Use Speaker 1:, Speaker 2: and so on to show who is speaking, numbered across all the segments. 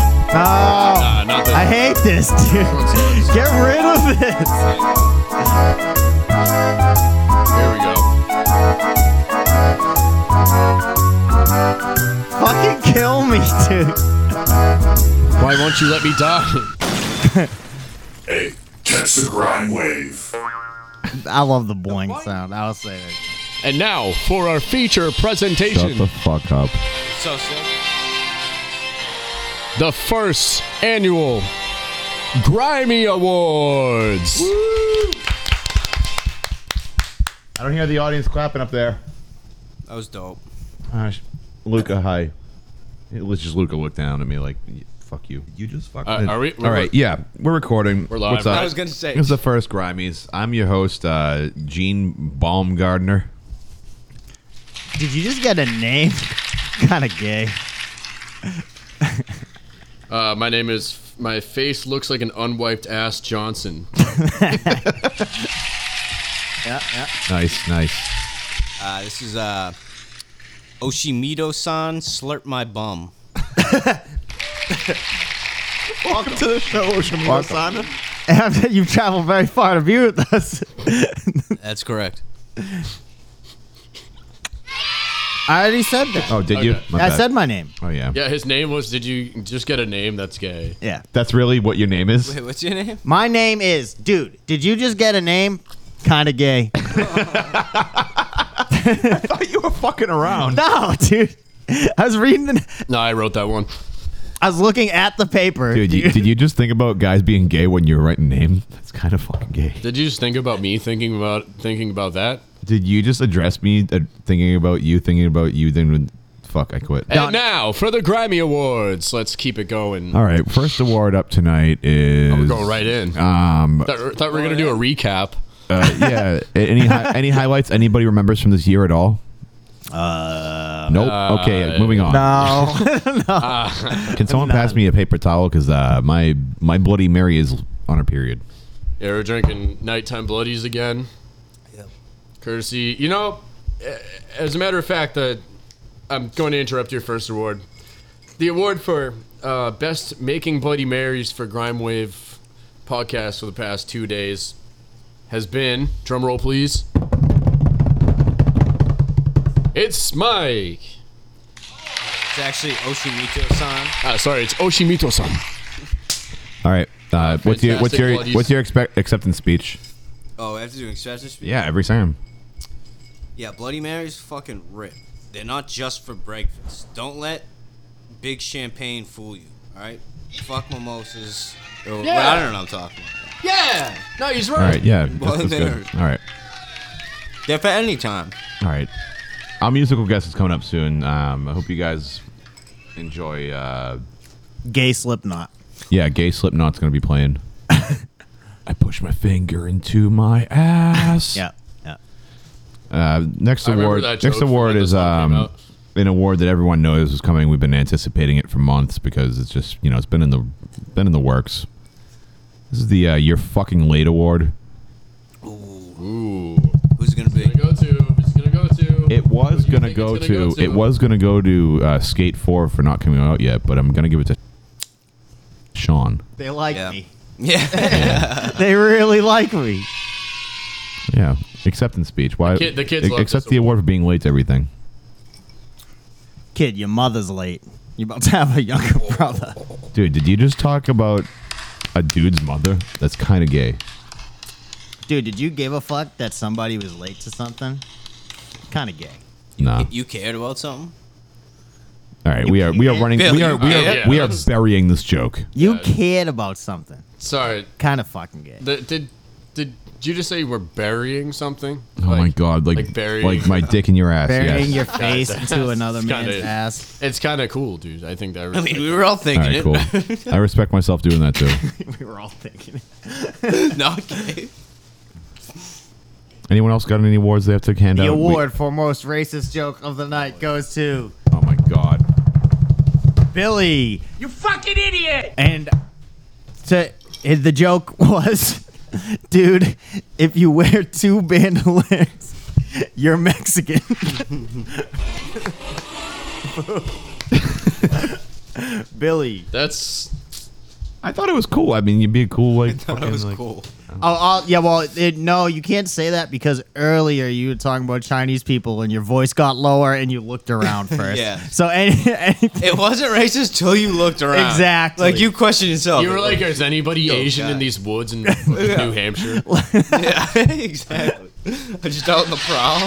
Speaker 1: Oh,
Speaker 2: Uh, not
Speaker 1: I
Speaker 2: that.
Speaker 1: hate this, dude. Get rid of this.
Speaker 2: Here we go.
Speaker 1: Fucking kill me, dude.
Speaker 2: Why won't you let me die?
Speaker 3: Hey, catch the grime wave.
Speaker 1: I love the boing sound. I'll say it.
Speaker 2: And now for our feature presentation.
Speaker 4: Shut the fuck up.
Speaker 2: the first annual Grimy Awards.
Speaker 5: I don't hear the audience clapping up there.
Speaker 6: That was dope.
Speaker 5: Gosh. Luca, hi. It was just Luca looked down at me like, "Y- "Fuck you." You just fucked.
Speaker 2: Uh, are we-
Speaker 5: All right. Yeah, we're recording.
Speaker 2: We're live,
Speaker 5: What's up?
Speaker 2: right?
Speaker 6: I was gonna say.
Speaker 5: This is the first Grimies. I'm your host, uh, Gene Baumgardner.
Speaker 1: Did you just get a name? kind of gay.
Speaker 2: Uh, my name is. My face looks like an unwiped ass Johnson.
Speaker 1: Yeah, yeah.
Speaker 5: Nice, nice.
Speaker 6: Uh, this is uh, Oshimido-san slurp my bum.
Speaker 5: Welcome to the show, Ocean Welcome.
Speaker 1: And You've traveled very far to be with us.
Speaker 6: That's correct.
Speaker 1: I already said that.
Speaker 5: Oh, did you?
Speaker 2: Okay.
Speaker 5: My
Speaker 1: I
Speaker 5: bad.
Speaker 1: said my name.
Speaker 5: Oh yeah.
Speaker 2: Yeah, his name was. Did you just get a name that's gay?
Speaker 1: Yeah.
Speaker 5: That's really what your name is.
Speaker 6: Wait, what's your name?
Speaker 1: My name is, dude, did you just get a name? Kind of gay.
Speaker 5: I thought you were fucking around.
Speaker 1: no, dude. I was reading the.
Speaker 2: No, I wrote that one.
Speaker 1: I was looking at the paper.
Speaker 4: Dude, you, did you just think about guys being gay when you were writing names? That's kind of fucking gay.
Speaker 2: Did you just think about me thinking about thinking about that?
Speaker 4: Did you just address me uh, thinking about you, thinking about you, then fuck, I quit.
Speaker 2: And now for the Grimy Awards. Let's keep it going.
Speaker 4: All right, first award up tonight is.
Speaker 2: We're going right in.
Speaker 4: Um,
Speaker 2: thought, thought we were gonna do a recap.
Speaker 4: uh, yeah. Any hi- any highlights anybody remembers from this year at all? Uh, nope. okay, moving on.
Speaker 1: no.
Speaker 4: Can someone pass me a paper towel? Because uh, my my Bloody Mary is on her period.
Speaker 2: Yeah, we're drinking nighttime bloodies again. Courtesy, you know, a- as a matter of fact, the, I'm going to interrupt your first award. The award for uh, best making Bloody Marys for Grime Wave podcast for the past two days has been drum roll, please. It's Mike.
Speaker 6: It's actually Oshimido-san.
Speaker 2: Uh, sorry, it's Oshimito-san.
Speaker 4: All right. Uh, what's your what's
Speaker 2: Ah, fantastic
Speaker 4: your
Speaker 2: Bloodies.
Speaker 4: what's your expect, acceptance speech?
Speaker 6: Oh, after doing expression speech.
Speaker 4: Yeah, every time.
Speaker 6: Yeah, Bloody Marys fucking rip. They're not just for breakfast. Don't let big champagne fool you. All right. Fuck mimosas. Or-
Speaker 2: Yeah.
Speaker 6: I don't know what I'm talking about.
Speaker 2: Yeah. No, he's
Speaker 4: All
Speaker 2: right.
Speaker 4: right. Yeah. that's-
Speaker 6: Bloody
Speaker 4: that's good.
Speaker 6: Mary.
Speaker 4: All right.
Speaker 6: They're for any time.
Speaker 4: All right. Our musical guest is coming up soon. Um, I hope you guys enjoy. Uh,
Speaker 1: gay Slipknot.
Speaker 4: yeah, Gay Slipknot's going to be playing. I push my finger into my ass.
Speaker 1: Yeah. Yeah.
Speaker 4: Uh, next
Speaker 2: I remember
Speaker 4: award.
Speaker 2: that joke
Speaker 4: Next
Speaker 2: from
Speaker 4: award
Speaker 2: when
Speaker 4: is
Speaker 2: this one came
Speaker 4: um,
Speaker 2: out.
Speaker 4: an award that everyone knows is coming. We've been anticipating it for months because it's just you know it's been in the been in the works. This is the uh, you're fucking late award.
Speaker 2: Ooh.
Speaker 6: Who's it gonna be?
Speaker 2: Gonna go to. It's gonna go to.
Speaker 4: It was
Speaker 2: Who do you
Speaker 4: gonna
Speaker 2: think
Speaker 4: go,
Speaker 2: it's
Speaker 4: to, It was gonna go to uh, Skate Four for not coming out yet, but I'm gonna give it to Sean.
Speaker 1: They like
Speaker 6: Yeah.
Speaker 1: me.
Speaker 6: Yeah.
Speaker 1: They really like me.
Speaker 4: Yeah, acceptance speech. Why?
Speaker 2: kid- the kids love
Speaker 4: accept
Speaker 2: this
Speaker 4: the award for being late to everything.
Speaker 1: Kid, your mother's late. You're about to have a younger brother.
Speaker 4: Dude, did you just talk about a dude's mother? That's kind of gay.
Speaker 1: Dude, did you give a fuck that somebody was late to something? Kind of gay.
Speaker 4: Nah.
Speaker 6: you cared about something?
Speaker 4: All right, we are we are running.
Speaker 6: Bill,
Speaker 4: We are
Speaker 6: you
Speaker 4: we are
Speaker 2: can't.
Speaker 4: we are burying this joke.
Speaker 1: You
Speaker 2: Yeah.
Speaker 1: cared about something.
Speaker 2: Sorry.
Speaker 1: Kind of fucking gay.
Speaker 2: The, did did you just say we're burying something?
Speaker 4: Oh my god! Like
Speaker 2: like
Speaker 4: like,
Speaker 2: burying-
Speaker 4: my dick in your ass.
Speaker 1: Burying
Speaker 4: yes.
Speaker 1: your face into another
Speaker 2: It's kinda-
Speaker 1: man's ass.
Speaker 2: It's kind of cool, dude. I think that.
Speaker 6: I mean, we were all
Speaker 4: All
Speaker 6: thinking
Speaker 4: right,
Speaker 6: it.
Speaker 4: cool. I respect myself doing that too.
Speaker 1: We were all thinking. it.
Speaker 6: no, okay.
Speaker 4: Anyone else got any awards they have to hand
Speaker 1: The
Speaker 4: out? We-
Speaker 1: award for most racist joke of the night goes to
Speaker 4: oh my god!
Speaker 1: Billy.
Speaker 7: You fucking idiot!
Speaker 1: And to and the joke was, dude, if you wear two bandoliers, you're Mexican. Billy,
Speaker 2: That's
Speaker 4: I thought it was cool. I mean, you'd be a cool like.
Speaker 6: That
Speaker 4: fucking,
Speaker 6: was
Speaker 4: like-
Speaker 6: cool.
Speaker 1: Oh, oh, yeah. Well, it, no, you can't say that because earlier you were talking about Chinese people and your voice got lower and you looked around first.
Speaker 6: Yeah.
Speaker 1: So any, any
Speaker 6: It wasn't racist till you looked around.
Speaker 1: Exactly.
Speaker 6: Like you questioned yourself.
Speaker 2: You were like, is anybody
Speaker 1: Oh,
Speaker 2: Asian
Speaker 6: God.
Speaker 2: in these woods in New Hampshire?
Speaker 6: yeah, exactly. I'm just out in the prowl.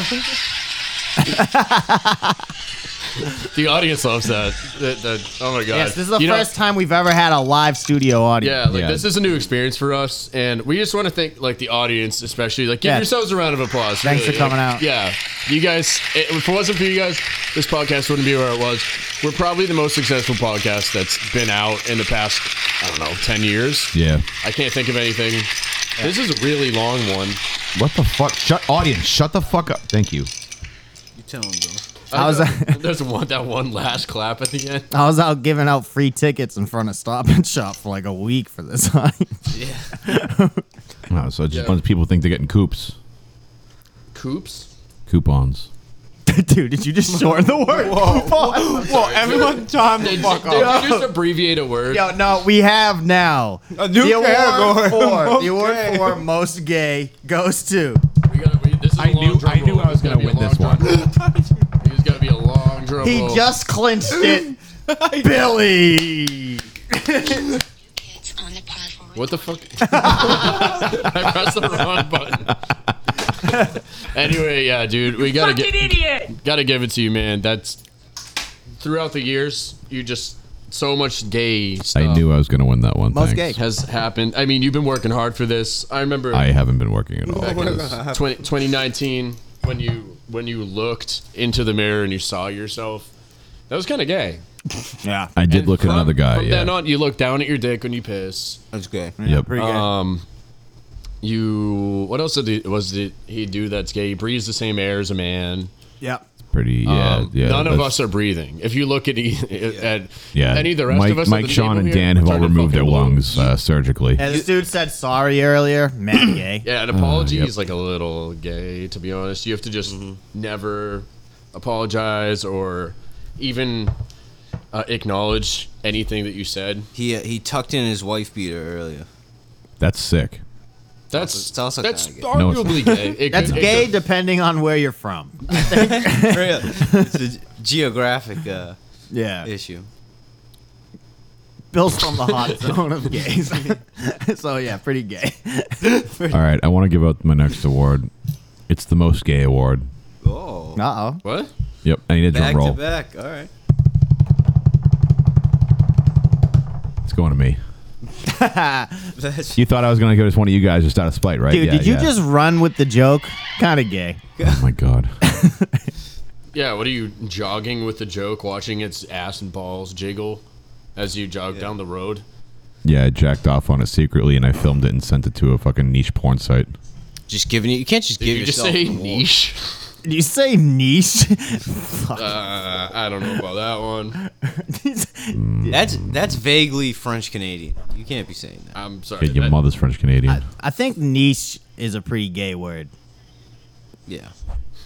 Speaker 2: The audience loves that. The- the- oh my god.
Speaker 1: yes, this is the
Speaker 2: You know-
Speaker 1: first time we've ever had a live studio
Speaker 2: yeah,
Speaker 1: audience.
Speaker 2: like
Speaker 4: Yeah.
Speaker 2: this is a new experience for us, and we just want to thank like the audience, especially like give
Speaker 1: Yeah.
Speaker 2: yourselves a round of applause.
Speaker 1: Thanks
Speaker 2: really.
Speaker 1: for coming
Speaker 2: Like,
Speaker 1: out.
Speaker 2: Yeah, you guys. It, if it wasn't for you guys, this podcast wouldn't be where it was. We're probably the most successful podcast that's been out in the past, I don't know, ten years.
Speaker 4: Yeah.
Speaker 2: I can't think of anything. This is a really long one.
Speaker 4: What the fuck? Shut audience. Shut the fuck up. Thank you.
Speaker 6: You tell him, bro.
Speaker 1: I was
Speaker 2: There's one that one last clap at the end.
Speaker 1: I was out giving out free tickets in front of Stop and Shop for like a week for this audience.
Speaker 4: Oh, so it's just
Speaker 2: Yeah.
Speaker 4: a bunch of people think they're getting coops,
Speaker 2: Coops.
Speaker 4: coupons.
Speaker 1: Dude, did you just shorten the word? Whoa.
Speaker 6: Well, everyone, time
Speaker 2: They,
Speaker 6: to fuck
Speaker 2: they
Speaker 6: off.
Speaker 2: just abbreviate a word.
Speaker 1: Yo, no, we have now
Speaker 6: A new
Speaker 1: the award
Speaker 6: category.
Speaker 1: for
Speaker 6: Most
Speaker 1: the award
Speaker 6: gay.
Speaker 1: for most gay goes to.
Speaker 2: We gotta, we, this is a
Speaker 4: I
Speaker 2: long
Speaker 4: knew-
Speaker 2: drum
Speaker 4: I knew
Speaker 2: roll.
Speaker 4: I was
Speaker 2: There's gotta
Speaker 4: gonna
Speaker 2: be a
Speaker 4: win this
Speaker 2: long drum roll. There's gotta be a long drum
Speaker 1: He
Speaker 2: roll.
Speaker 1: just clinched it, Billy.
Speaker 7: on the pod for
Speaker 2: What the fuck? I pressed the wrong button. anyway, yeah, dude, we gotta
Speaker 8: fucking
Speaker 2: get,
Speaker 8: idiot.
Speaker 2: gotta give it to you, man. That's throughout the years, you just so much gay stuff
Speaker 4: I knew I was gonna win that one.
Speaker 1: Most
Speaker 4: Thanks.
Speaker 1: gay.
Speaker 2: has happened. I mean, you've been working hard for this. I remember
Speaker 4: I haven't been working at all. for this.
Speaker 2: 20, 2019 when you when you looked into the mirror and you saw yourself. That was kind of gay.
Speaker 1: Yeah,
Speaker 4: I did
Speaker 2: And
Speaker 4: look
Speaker 2: from-
Speaker 4: at another guy.
Speaker 2: From
Speaker 4: Yeah.
Speaker 2: then on, you look down at your dick when you piss.
Speaker 6: That's gay.
Speaker 4: yep.
Speaker 2: Um, you. What else did he, was did he do that's gay? He breathes the same air as a man.
Speaker 1: yeah.
Speaker 4: Pretty. Yeah.
Speaker 2: Um,
Speaker 4: yeah.
Speaker 2: none of
Speaker 4: that's-
Speaker 2: us are breathing. If you look at, e- at
Speaker 4: Yeah.
Speaker 2: any of the rest
Speaker 4: Mike,
Speaker 2: of us, at
Speaker 4: Mike,
Speaker 2: the
Speaker 4: Sean,
Speaker 2: table
Speaker 4: and
Speaker 2: here,
Speaker 4: Dan have
Speaker 2: we're
Speaker 4: all
Speaker 2: trying to
Speaker 4: removed their
Speaker 2: fucking blow.
Speaker 4: lungs uh, surgically.
Speaker 1: And this dude said sorry earlier. Man, gay.
Speaker 2: Yeah, an apology
Speaker 4: yep.
Speaker 2: is like a little gay, to be honest. You have to just never apologize or even uh, acknowledge anything that you said.
Speaker 6: He uh, he tucked in his wife beater earlier.
Speaker 4: That's sick.
Speaker 2: That's
Speaker 6: It's also
Speaker 2: that's
Speaker 6: kinda
Speaker 4: No, it's
Speaker 2: arguably gay. It
Speaker 1: That's
Speaker 2: could- it
Speaker 1: gay
Speaker 2: could-
Speaker 1: depending on where you're from.
Speaker 6: really? It's a ge- geographic uh,
Speaker 1: Yeah.
Speaker 6: issue.
Speaker 1: Bill's from the hot zone of gays. so yeah, pretty gay.
Speaker 4: All right. I want to give out my next award. It's the most gay award.
Speaker 6: Oh,
Speaker 1: Uh oh.
Speaker 2: What?
Speaker 4: Yep. I need a drum
Speaker 6: back to
Speaker 4: roll.
Speaker 6: back. All right.
Speaker 4: It's going to me.
Speaker 6: That's
Speaker 4: You thought I was going to give it to one of you guys just out of spite, right?
Speaker 1: Dude,
Speaker 4: Yeah,
Speaker 1: did you
Speaker 4: yeah.
Speaker 1: just run with the joke? Kind of gay.
Speaker 4: Oh my god.
Speaker 2: Yeah, what are you jogging with the joke, watching its ass and balls jiggle as you jog down the road?
Speaker 4: Yeah, I jacked off on it secretly, and I filmed it and sent it to a fucking niche porn site.
Speaker 6: just giving you. You can't just
Speaker 2: Did
Speaker 6: give
Speaker 2: you just
Speaker 6: yourself.
Speaker 2: say
Speaker 6: an award.
Speaker 2: niche?
Speaker 1: Did you say niche? Fuck.
Speaker 2: Uh, I don't know about that one.
Speaker 6: That's that's vaguely French Canadian. You can't be saying that.
Speaker 2: I'm sorry.
Speaker 4: Dude, your
Speaker 2: that-
Speaker 4: mother's French Canadian.
Speaker 1: I think niche is a pretty gay word.
Speaker 6: Yeah.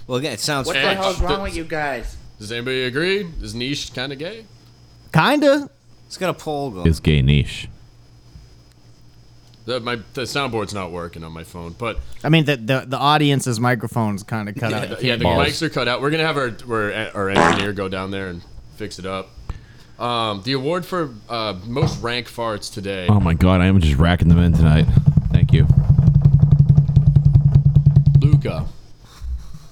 Speaker 6: Well, again, it sounds
Speaker 2: What the
Speaker 6: French.
Speaker 2: hell's wrong with you guys? Does anybody agree? Is niche kind of gay?
Speaker 1: Kinda.
Speaker 6: It's got a poll going.
Speaker 4: Is gay niche.
Speaker 2: The, my the soundboard's not working on my phone, but
Speaker 1: I mean, the the, the audience's microphone's kind of cut
Speaker 2: yeah,
Speaker 1: out.
Speaker 2: the, yeah, the
Speaker 4: Balls.
Speaker 2: mics are cut out. We're gonna have our our, our engineer go down there and fix it up. Um, the award for uh, most rank farts today.
Speaker 4: Oh my god, I am just racking them in tonight. Thank you,
Speaker 2: Luca.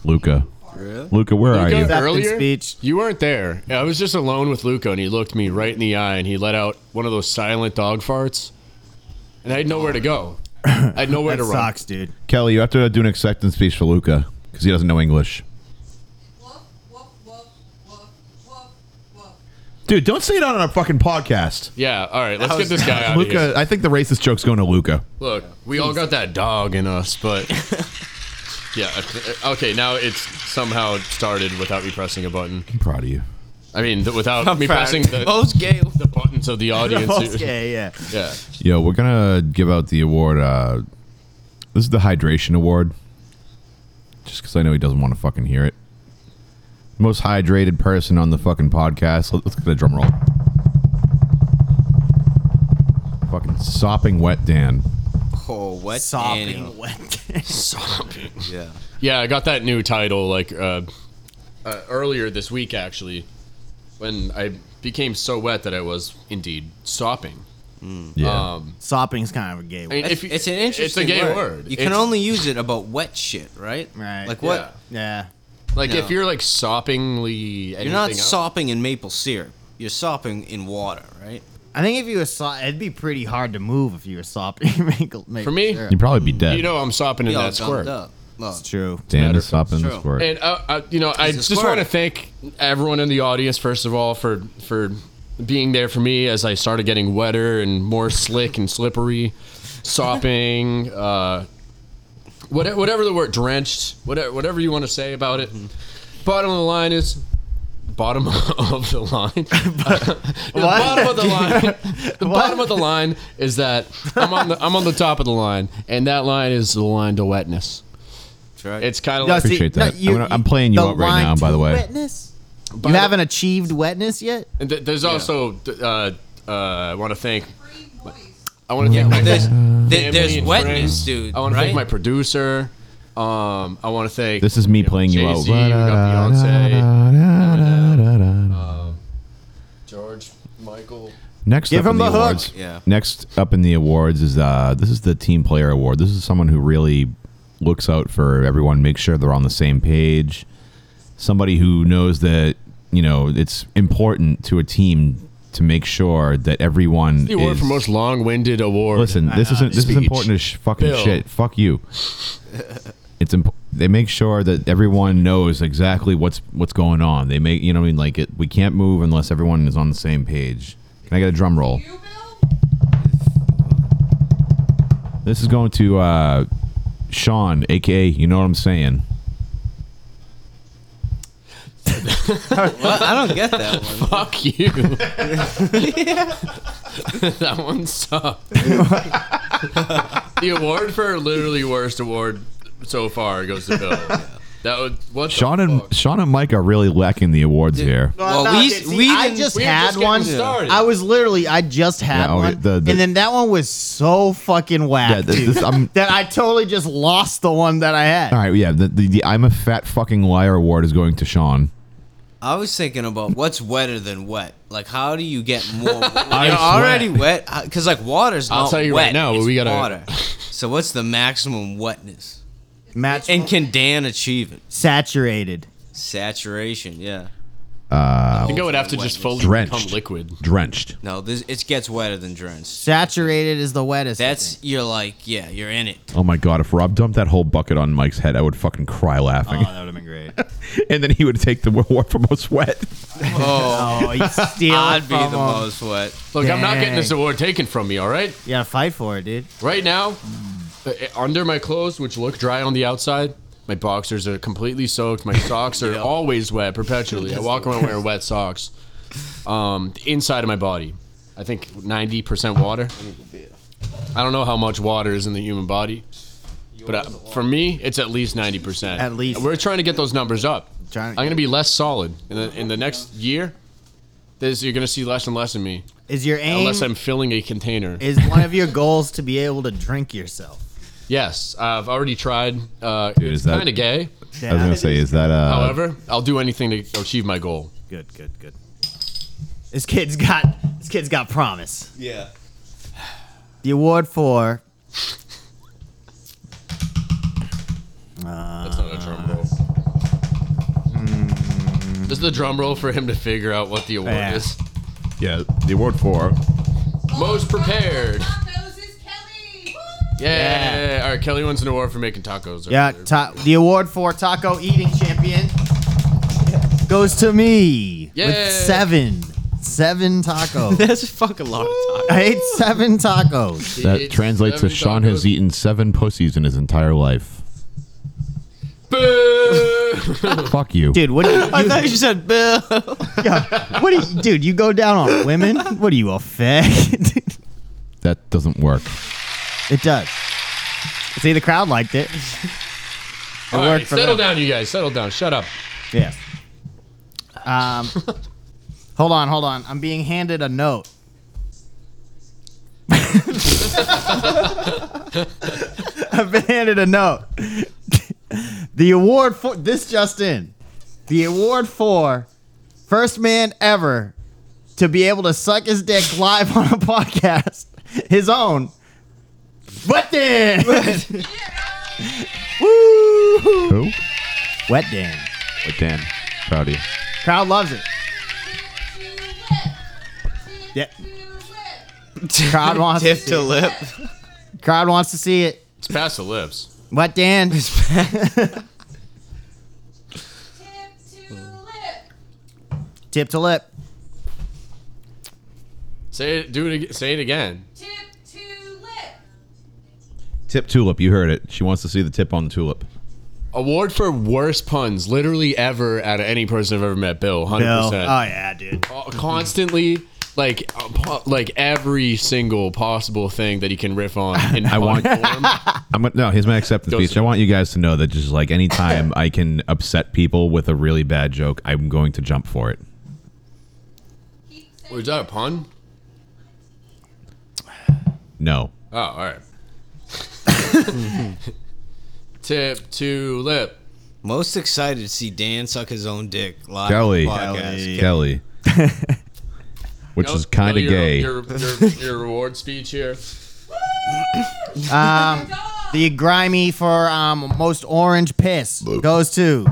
Speaker 4: Luca.
Speaker 6: Really?
Speaker 4: Luca, where are
Speaker 2: Luca?
Speaker 4: you?
Speaker 2: That-
Speaker 1: Acceptance
Speaker 2: Earlier?
Speaker 1: speech.
Speaker 2: You weren't there. I was just alone with Luca, and he looked me right in the eye, and he let out one of those silent dog farts, and I had nowhere to go. I had nowhere
Speaker 1: That
Speaker 2: to run.
Speaker 1: sucks, dude.
Speaker 4: Kelly, you have to do an acceptance speech for Luca because he doesn't know English. Dude, don't say it on our fucking podcast.
Speaker 2: Yeah. All right. Let's get this guy out of here.
Speaker 4: Luca, I think the racist joke's going to Luca.
Speaker 2: Look, we all got that dog in us, but yeah. uh, Okay, now it's somehow started without me pressing a button.
Speaker 4: I'm proud of you.
Speaker 2: I mean, th- without me
Speaker 6: proud.
Speaker 2: pressing
Speaker 1: Oh.
Speaker 2: the,
Speaker 6: Most gay.
Speaker 2: the buttons of the audience.
Speaker 1: Okay, yeah.
Speaker 2: Yeah.
Speaker 4: Yo, we're gonna give out the award. Uh, this is the hydration award, just because I know he doesn't want to fucking hear it. Most hydrated person on the fucking podcast. Let- Let's get a drum roll. Fucking sopping wet Dan.
Speaker 6: Oh, wet
Speaker 1: Sopping
Speaker 6: Daniel.
Speaker 1: wet.
Speaker 6: Yeah.
Speaker 2: Yeah, I got that new title like uh, uh, earlier this week actually, when I became so wet that I was indeed sopping. Um,
Speaker 4: Yeah.
Speaker 1: Sopping's kind of a gay
Speaker 2: I mean,
Speaker 1: word.
Speaker 6: It's,
Speaker 2: if you-
Speaker 6: it's an interesting
Speaker 2: it's a gay word.
Speaker 6: You can
Speaker 2: It's-
Speaker 6: only use it about wet shit, right?
Speaker 1: Right.
Speaker 6: Like
Speaker 2: Yeah.
Speaker 6: what?
Speaker 1: Yeah.
Speaker 2: Like if
Speaker 6: No.
Speaker 2: you're like soppingly, anything
Speaker 6: You're not
Speaker 2: else-
Speaker 6: sopping in maple syrup. You're sopping in water, right?
Speaker 1: I think if you were sop, it'd be pretty hard to move if you were sopping. make, make
Speaker 2: For me,
Speaker 1: sure.
Speaker 4: You'd probably be dead.
Speaker 2: You know, I'm sopping in
Speaker 6: Y'all
Speaker 2: that
Speaker 6: dumbed
Speaker 2: squirt.
Speaker 6: up. Look,
Speaker 1: It's true.
Speaker 4: Dan is sopping
Speaker 6: It's
Speaker 4: the
Speaker 6: true.
Speaker 4: squirt.
Speaker 2: And uh, uh, you know, I
Speaker 6: He's a
Speaker 2: just
Speaker 6: squirter.
Speaker 2: want to thank everyone in the audience first of all for for being there for me as I started getting wetter and more slick and slippery, sopping, uh, whatever, whatever the word drenched, whatever, whatever you want to say about it. Bottom of the line is. Bottom of the line. The bottom of the line. The bottom of the line is that I'm on the I'm on the top of the line, and that line is the line to wetness.
Speaker 6: that's right.
Speaker 2: It's kind of
Speaker 1: No,
Speaker 2: like
Speaker 1: see,
Speaker 4: appreciate
Speaker 1: no,
Speaker 4: that. I'm gonna- I'm playing you
Speaker 1: the
Speaker 4: up right
Speaker 1: line
Speaker 4: now, by
Speaker 1: to
Speaker 4: the way.
Speaker 1: Wetness? You haven't achieved wetness yet?
Speaker 2: And th- there's also th- uh, uh, I want to thank. I want to thank my
Speaker 6: there's there,
Speaker 2: family
Speaker 6: there's
Speaker 2: and
Speaker 6: wetness,
Speaker 2: friends.
Speaker 6: dude.
Speaker 2: I want to
Speaker 6: right?
Speaker 2: thank my producer. Um, I want to thank.
Speaker 4: This is me
Speaker 2: you know,
Speaker 4: playing you out.
Speaker 2: Jay-Z, We got Beyonce, George, Michael.
Speaker 4: Next
Speaker 1: Give
Speaker 4: up
Speaker 1: him
Speaker 4: in the,
Speaker 1: the hook.
Speaker 4: awards.
Speaker 6: Yeah.
Speaker 4: Next up in the awards is uh this is the team player award. This is someone who really looks out for everyone, makes sure they're on the same page. Somebody who knows that, you know, it's important to a team to make sure that everyone
Speaker 2: The award
Speaker 4: is
Speaker 2: for most long-winded award.
Speaker 4: Listen, this isn't this is
Speaker 2: Speech.
Speaker 4: important as sh- fucking
Speaker 2: Bill.
Speaker 4: shit. Fuck you. It's imp- they make sure that everyone knows exactly what's what's going on. They make you know what I mean like it, we can't move unless everyone is on the same page. Can I get a drum roll? This is going to uh, Sean, aka you know what I'm saying.
Speaker 6: What? I don't get that one.
Speaker 2: Fuck you. that one sucked. the award for literally worst award so far goes to Bill. That would what the
Speaker 4: Sean
Speaker 2: fuck?
Speaker 4: and Sean and Mike are really lacking the awards here.
Speaker 6: Well, we-
Speaker 1: see,
Speaker 6: we
Speaker 1: I
Speaker 6: didn't-
Speaker 1: just
Speaker 2: we were
Speaker 1: had
Speaker 2: just getting
Speaker 1: one.
Speaker 2: started.
Speaker 1: I was literally, I just had
Speaker 4: Yeah, oh,
Speaker 1: one,
Speaker 4: the- the-
Speaker 1: and then that one was so fucking whack
Speaker 4: Yeah, this-
Speaker 1: dude,
Speaker 4: this- I'm-
Speaker 1: that I totally just lost the one that I had.
Speaker 4: All right, yeah. The, the, the I'm a fat fucking liar award is going to Sean.
Speaker 6: I was thinking about what's wetter than wet. Like, how do you get more? You're
Speaker 2: sweat.
Speaker 6: already wet because like water's not
Speaker 2: I'll tell you
Speaker 6: wet.
Speaker 2: right now,
Speaker 6: it's
Speaker 2: we gotta-
Speaker 6: water. So what's the maximum wetness?
Speaker 1: Match
Speaker 6: And can Dan achieve it?
Speaker 1: saturated.
Speaker 6: Saturation, yeah. Uh,
Speaker 2: I think I would have to just fully
Speaker 4: Drenched.
Speaker 2: become liquid.
Speaker 4: Drenched.
Speaker 6: No, this it gets wetter than drenched.
Speaker 1: Saturated is the wettest. I think.
Speaker 6: That's you're like, yeah, you're in it.
Speaker 4: Oh my god, if Rob dumped that whole bucket on Mike's head, I would fucking cry laughing.
Speaker 1: that would have been great.
Speaker 4: and then he would take the award for most wet.
Speaker 6: Oh,
Speaker 1: Oh, you steal
Speaker 6: I'd
Speaker 1: it
Speaker 6: be the
Speaker 1: from 'em.
Speaker 6: most wet.
Speaker 2: Look, I'm not getting this
Speaker 1: Dang.
Speaker 2: award taken from me, all right?
Speaker 1: You gotta fight for it, dude.
Speaker 2: Right now, uh, under my clothes, which look dry on the outside, my boxers are completely soaked. My socks are always wet, perpetually. I walk around wearing wet socks. Um, the inside of my body, I think 90% water. I don't know how much water is in the human body, but uh, for me, it's at least 90%.
Speaker 1: At least.
Speaker 2: We're trying to get those numbers up.
Speaker 1: Trying to
Speaker 2: I'm
Speaker 1: get-
Speaker 2: going to be less solid in the, in the next year. This, you're going to see less and less of me,
Speaker 1: Is your aim?
Speaker 2: unless I'm filling a container.
Speaker 1: is one of your goals to be able to drink yourself?
Speaker 2: Yes, I've already tried. Uh,
Speaker 4: is
Speaker 2: it's
Speaker 4: that-
Speaker 2: kind of gay.
Speaker 4: I was gonna say, is that uh?
Speaker 2: However, I'll do anything to achieve my goal.
Speaker 1: Good, good, good. This kid's got this kid's got promise.
Speaker 6: Yeah.
Speaker 1: The award for
Speaker 2: That's not a drum roll. This is the drum roll for him to figure out what the award
Speaker 1: Yeah.
Speaker 2: is.
Speaker 4: yeah, the award for
Speaker 2: Most prepared.
Speaker 8: Tacos is Kelly.
Speaker 2: Yeah. All right, Kelly wins an award for making tacos.
Speaker 1: yeah ta- the award for taco eating champion goes to me
Speaker 2: Yay.
Speaker 1: with seven seven tacos.
Speaker 6: That's fucking a lot of time.
Speaker 1: I ate seven tacos.
Speaker 2: He
Speaker 4: that
Speaker 2: eats
Speaker 4: translates to
Speaker 2: seven
Speaker 4: Sean
Speaker 2: tacos.
Speaker 4: has eaten seven pussies in his entire life.
Speaker 2: Boo!
Speaker 4: Fuck you.
Speaker 1: Dude, what do you,
Speaker 6: I thought you said Bill.
Speaker 1: yeah, what do you, dude? You go down on women? What are you a fag?
Speaker 4: That doesn't work.
Speaker 1: it does. See, the crowd liked it. It
Speaker 2: All
Speaker 1: worked
Speaker 2: right,
Speaker 1: for them.
Speaker 2: settle down, you guys. Settle down. Shut up.
Speaker 1: Yeah. Um, hold on, hold on. I'm being handed a note. I've been handed a note. the award for this just in. The award for first man ever to be able to suck his dick live on a podcast. His own. Wet Dan! Woo!
Speaker 4: Who?
Speaker 1: Wet Dan.
Speaker 4: But Dan, proud of you.
Speaker 1: Crowd loves it. Yeah. Crowd wants to
Speaker 6: Tip
Speaker 1: see
Speaker 6: to
Speaker 1: it.
Speaker 6: lip.
Speaker 1: Crowd wants to see it.
Speaker 2: It's past the lips.
Speaker 1: Wet Dan. Tip to lip.
Speaker 2: Say it. Do it. ag- Say it again.
Speaker 4: Tip tulip, you heard it. She wants to see the tip on the tulip.
Speaker 2: Award for worst puns, literally ever out of any person I've ever met. Bill, hundred
Speaker 1: Bill. Oh
Speaker 2: percent.
Speaker 1: yeah, dude.
Speaker 2: Uh, Constantly, like, uh, po- like every single possible thing that he can riff on. In I
Speaker 4: want- I'm gonna- no, here's my acceptance
Speaker 2: Joseph.
Speaker 4: speech. I want you guys to know that just like anytime I can upset people with a really bad joke, I'm going to jump for it.
Speaker 2: Was that a pun?
Speaker 4: No.
Speaker 2: Oh, all right. Tip to lip.
Speaker 6: Most excited to see Dan suck his own dick live.
Speaker 4: Kelly.
Speaker 6: on the podcast.
Speaker 4: Kelly. Which is kind of
Speaker 2: Kelly, your-
Speaker 4: gay.
Speaker 2: Your, your, your reward speech here.
Speaker 1: Um, the grimy for um, most orange piss goes to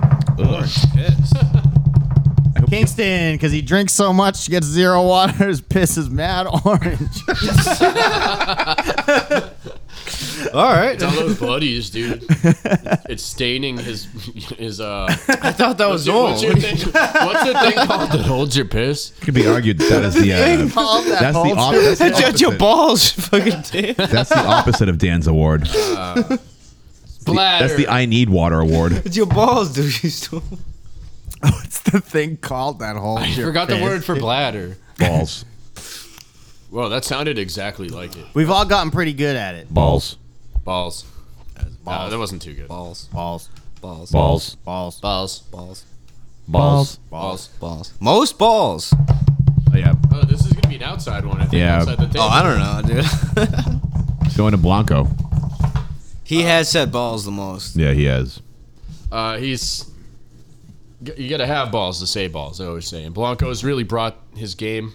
Speaker 1: Kingston because he drinks so much, gets zero water. His piss is mad orange.
Speaker 6: All right.
Speaker 2: It's all those buddies, dude. It's staining his his uh.
Speaker 6: I thought that was all.
Speaker 2: What's, your thing, what's the thing called that holds your piss?
Speaker 4: Could be argued that that is the uh,
Speaker 1: All that
Speaker 4: that's the,
Speaker 1: bullshit.
Speaker 4: op- that's, the
Speaker 6: Judge your
Speaker 4: opposite.
Speaker 6: balls, fucking Dan.
Speaker 4: that's the opposite of Dan's award.
Speaker 2: Bladder.
Speaker 4: That's the I need water award.
Speaker 6: It's your balls, dude. You still.
Speaker 1: What's the thing called that whole?
Speaker 2: I forgot the word for bladder.
Speaker 4: Balls.
Speaker 2: Well, that sounded exactly like it.
Speaker 1: We've all gotten pretty good at it.
Speaker 4: Balls.
Speaker 2: Balls. Nah, that wasn't too good.
Speaker 6: Balls.
Speaker 1: Balls,
Speaker 6: Balls.
Speaker 4: Balls.
Speaker 1: balls,
Speaker 2: Balls.
Speaker 6: Balls.
Speaker 4: Balls.
Speaker 2: Balls.
Speaker 6: Balls. Most balls.
Speaker 4: Oh, yeah.
Speaker 2: Oh, this is gonna be an outside one. I think.
Speaker 4: Yeah.
Speaker 2: Outside the table.
Speaker 6: Oh, I don't know, dude.
Speaker 4: Going to Blanco.
Speaker 6: he has said balls the most.
Speaker 4: Yeah, he has.
Speaker 2: Uh, he's. g- You gotta have balls to say balls. I always say. And Blanco's really brought his game.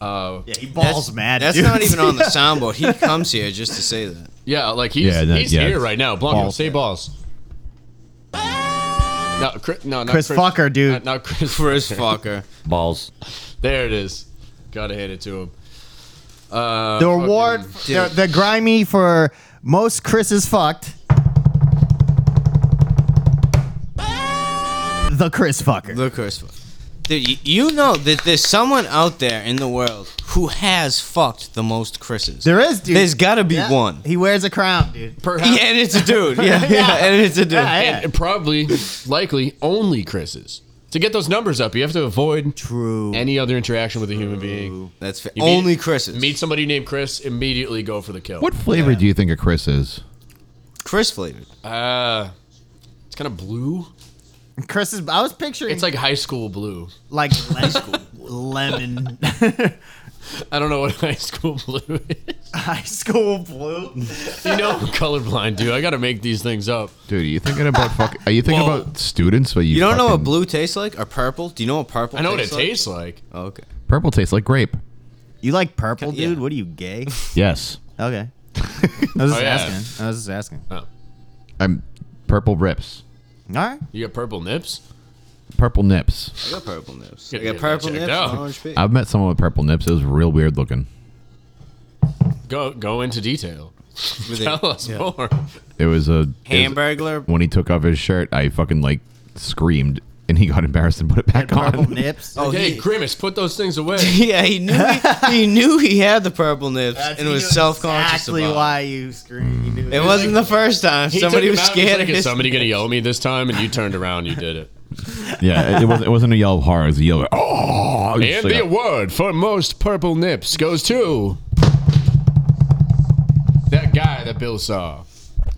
Speaker 2: Uh, yeah.
Speaker 1: Yeah, he balls mad.
Speaker 6: That's
Speaker 1: dude.
Speaker 6: not even on the soundboard. He comes here just to say that.
Speaker 2: like he's
Speaker 4: Yeah, that-
Speaker 2: he's
Speaker 4: yeah,
Speaker 2: here
Speaker 4: it's
Speaker 2: right now. Blanco,
Speaker 1: balls.
Speaker 2: say balls. No, Chris, no, not
Speaker 1: Chris Fucker, dude.
Speaker 2: Not, not Chris.
Speaker 6: Chris
Speaker 2: Fucker.
Speaker 6: Fucker.
Speaker 4: Balls.
Speaker 2: There it is. Gotta hand it to him.
Speaker 1: the award, the,
Speaker 6: dude.
Speaker 1: the grimy for most Chris is fucked. The Chris fucker.
Speaker 6: The Chris Fucker. Dude, y- you know that there's someone out there in the world who has fucked the most Chris's.
Speaker 1: There is, dude.
Speaker 6: There's gotta be
Speaker 1: Yeah.
Speaker 6: one.
Speaker 1: He wears a crown, dude.
Speaker 2: Perhaps.
Speaker 6: Yeah, and it's a dude. Yeah, yeah, and it's a dude.
Speaker 1: Yeah, yeah.
Speaker 2: and probably, likely, only Chris's. To get those numbers up, you have to avoid
Speaker 1: True.
Speaker 2: any other interaction with a human being.
Speaker 6: That's fa-
Speaker 2: You meet-
Speaker 6: only Chris's.
Speaker 2: Meet somebody named Chris, immediately go for the kill.
Speaker 4: What flavor do you think a Chris is?
Speaker 6: Chris flavored.
Speaker 2: Uh, it's kind of blue.
Speaker 1: Chris is. I was picturing
Speaker 2: It's like high school blue.
Speaker 1: like lemon, lemon
Speaker 2: I don't know what high school blue is.
Speaker 1: high school blue.
Speaker 2: You know, I'm colorblind, dude. I gotta make these things up.
Speaker 4: Dude, are you thinking about fuck? Are you thinking
Speaker 2: Whoa.
Speaker 4: about students? But you,
Speaker 6: You don't know what
Speaker 4: fucking-
Speaker 6: blue tastes like or purple? Do you know what purple?
Speaker 2: I know what it
Speaker 6: tastes like?
Speaker 2: tastes like.
Speaker 6: Oh, okay.
Speaker 4: Purple tastes like grape.
Speaker 1: You like purple,
Speaker 6: Yeah.
Speaker 1: dude? What are you gay?
Speaker 4: Yes.
Speaker 1: Okay. I was just
Speaker 2: Oh, yeah.
Speaker 1: asking. I was just asking.
Speaker 2: Oh,
Speaker 4: I'm purple rips.
Speaker 1: All right.
Speaker 2: you got purple nips?
Speaker 4: Purple nips.
Speaker 6: I got purple nips.
Speaker 2: Gotta
Speaker 6: I
Speaker 2: get
Speaker 6: got
Speaker 2: that
Speaker 6: purple
Speaker 2: checked
Speaker 6: nips.
Speaker 2: out.
Speaker 6: and Orange peel.
Speaker 4: I've met someone with purple nips. It was real weird looking.
Speaker 2: Go go into detail.
Speaker 6: With
Speaker 2: Tell
Speaker 6: a
Speaker 2: us more.
Speaker 4: It was a it was-
Speaker 6: Hamburglar.
Speaker 4: When he took off his shirt, I fucking like screamed, and he got embarrassed and put it back
Speaker 1: Purple
Speaker 4: on.
Speaker 1: nips.
Speaker 6: Oh,
Speaker 2: Hey,
Speaker 6: he-
Speaker 2: Grimace, put those things away.
Speaker 6: Yeah, he knew he, he knew he had the purple nips
Speaker 1: That's-
Speaker 6: and
Speaker 1: he
Speaker 6: was
Speaker 1: knew
Speaker 6: self conscious
Speaker 1: Exactly
Speaker 6: about it.
Speaker 1: why you screamed. He knew
Speaker 6: It wasn't the first time.
Speaker 2: He
Speaker 6: Somebody
Speaker 2: took him
Speaker 6: was
Speaker 2: out and he's
Speaker 6: scared
Speaker 2: like,
Speaker 6: of
Speaker 2: Is
Speaker 6: his.
Speaker 2: somebody gonna yell at me this time? And you turned around, you did it.
Speaker 4: yeah, it, it wasn't. It wasn't a yell of horror. It was a yell. Of, oh, It was just
Speaker 2: And the
Speaker 4: like a-
Speaker 2: award for most purple nips goes to that guy that Bill saw.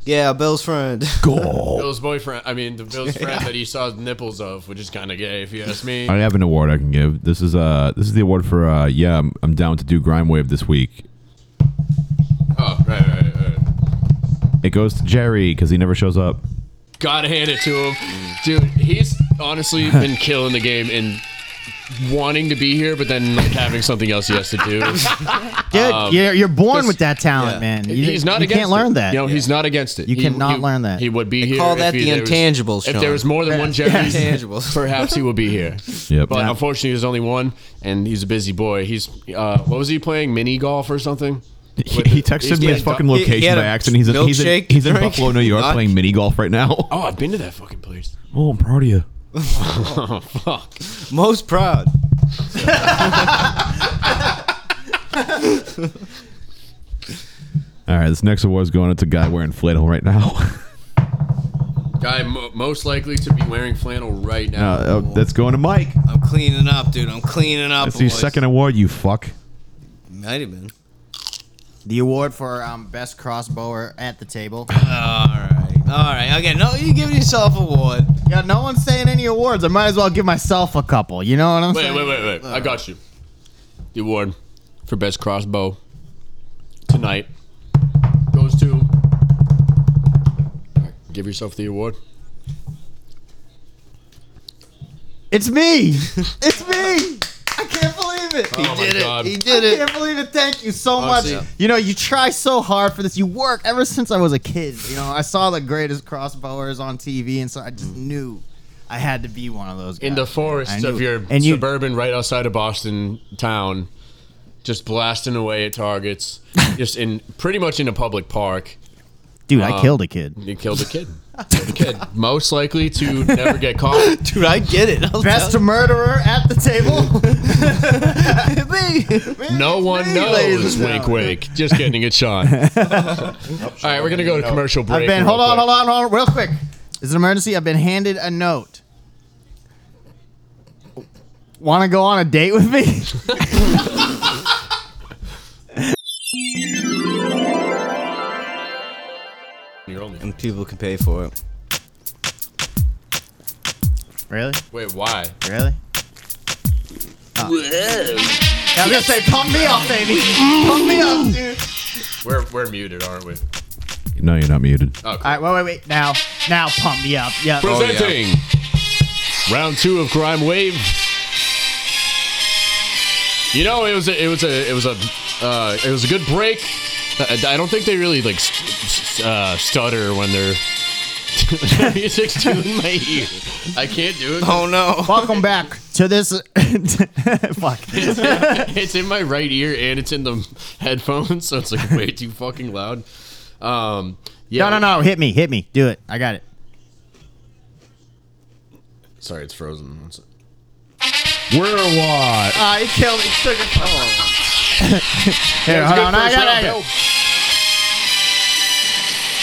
Speaker 6: Yeah, Bill's friend.
Speaker 2: Bill's boyfriend. I mean, the Bill's friend that he saw nipples of, which is kind of gay, if you ask me.
Speaker 4: I have an award I can give. This is uh, this is the award for uh, yeah, I'm, I'm down to do grime wave this week.
Speaker 1: Oh,
Speaker 4: It goes to Jerry because he never shows up.
Speaker 2: Gotta hand it to him.
Speaker 1: Mm.
Speaker 2: Dude, he's honestly been killing the game and wanting to be here, but then like having something else he has to do.
Speaker 1: Dude,
Speaker 2: Um,
Speaker 1: you're, you're born
Speaker 2: this-
Speaker 1: with that talent,
Speaker 6: yeah.
Speaker 1: man. You,
Speaker 2: he's not
Speaker 1: you
Speaker 2: against
Speaker 1: can't learn
Speaker 2: it.
Speaker 1: that.
Speaker 2: You know, he's not against it.
Speaker 1: You cannot learn that.
Speaker 2: He would be
Speaker 6: They
Speaker 2: here.
Speaker 6: call
Speaker 2: if
Speaker 6: that
Speaker 2: he-
Speaker 6: the
Speaker 2: there was-
Speaker 6: intangibles,
Speaker 2: If
Speaker 6: Sean.
Speaker 2: there was more than one Jerry,
Speaker 6: Intangibles.
Speaker 2: perhaps he would be here.
Speaker 4: Yep.
Speaker 2: But unfortunately, there's only one, and he's a busy boy. He's uh, what was he playing? Mini golf or something?
Speaker 4: He, he texted
Speaker 2: He's
Speaker 4: me his
Speaker 2: getting
Speaker 4: fucking
Speaker 2: dunked.
Speaker 6: He- he
Speaker 4: location
Speaker 6: had
Speaker 4: by
Speaker 6: a
Speaker 4: accident. He's in, he's in,
Speaker 6: milkshake
Speaker 4: he's in
Speaker 6: drink.
Speaker 4: Buffalo, New York,
Speaker 6: Not-
Speaker 4: playing mini golf right now.
Speaker 2: Oh, I've been to that fucking place.
Speaker 4: Oh, I'm proud of you.
Speaker 2: Oh fuck!
Speaker 6: Most proud.
Speaker 4: All right, this next award's going out to a guy wearing flannel right now.
Speaker 2: Guy mo- most likely to be wearing flannel right
Speaker 4: Uh,
Speaker 2: now.
Speaker 4: uh, that's going to Mike.
Speaker 6: I'm cleaning up, dude. I'm cleaning up.
Speaker 4: That's your
Speaker 6: boys.
Speaker 4: second award, you fuck.
Speaker 6: Might have been.
Speaker 1: The award for um, best crossbower at the table.
Speaker 6: All right. All right. Okay. No, you giving yourself a award.
Speaker 1: yeah, no one's saying any awards. I might as well give myself a couple. You know what I'm
Speaker 2: Wait,
Speaker 1: saying?
Speaker 2: wait, wait, wait. I got you. The award for best crossbow tonight goes to. All right, Give yourself the award.
Speaker 1: It's me. It's me. I can't believe it.
Speaker 2: oh my god!
Speaker 6: He did
Speaker 1: I
Speaker 6: it.
Speaker 1: can't believe it. Thank you so much.
Speaker 6: yeah.
Speaker 1: You know, you try so hard for this. You work ever since I was a kid. You know, I saw the greatest crossbowers on TV, and so I just knew I had to be one of those guys.
Speaker 2: Mm. In the
Speaker 1: I
Speaker 2: forests
Speaker 1: knew-
Speaker 2: of your
Speaker 1: and you-
Speaker 2: suburban, right outside of Boston town, just blasting away at targets, just in pretty much in a public park.
Speaker 1: Dude,
Speaker 2: Uh,
Speaker 1: I killed a kid.
Speaker 2: You killed a kid. Killed a kid. Most likely to never get caught.
Speaker 6: Dude, I get it. I'll
Speaker 1: Best
Speaker 6: tell
Speaker 1: murderer at the table.
Speaker 6: you.
Speaker 2: No one
Speaker 1: me, ladies
Speaker 2: knows.
Speaker 1: and
Speaker 2: Wink, wink. Just kidding. It's Sean. All right, we're gonna go to commercial break.
Speaker 1: I've been.
Speaker 2: real
Speaker 1: Hold on, hold
Speaker 2: quick.
Speaker 1: on, hold on, real quick. It's an emergency. I've been handed a note. Want to go on a date with me?
Speaker 2: You're only-
Speaker 6: And people can pay for it.
Speaker 1: really?
Speaker 2: Wait, why?
Speaker 1: Really? Oh. I was gonna say, pump me up, baby. Pump me up, dude.
Speaker 2: We're we're muted, aren't we?
Speaker 4: No, you're not muted.
Speaker 1: All right, wait, wait, wait. Now, now, pump me up. Yeah.
Speaker 2: Presenting round two of Crime Wave. You know, it was a, it was a it was a uh, it was a good break. I I don't think they really like st- uh, stutter when they're music's doing my ear. I can't do it.
Speaker 6: Oh no.
Speaker 1: Welcome back to this. Fuck.
Speaker 2: it's in my right ear and it's in the headphones, so it's like way too fucking loud. Um, yeah,
Speaker 1: No, no, no. Hit me, hit me. Do it. I got it.
Speaker 2: Sorry, it's frozen. One sec.
Speaker 4: We're what?
Speaker 1: Ah, he killed me. Took it. Here,
Speaker 2: It's
Speaker 1: hold
Speaker 2: good
Speaker 1: on. I
Speaker 2: first
Speaker 1: got it. I
Speaker 2: round,
Speaker 1: got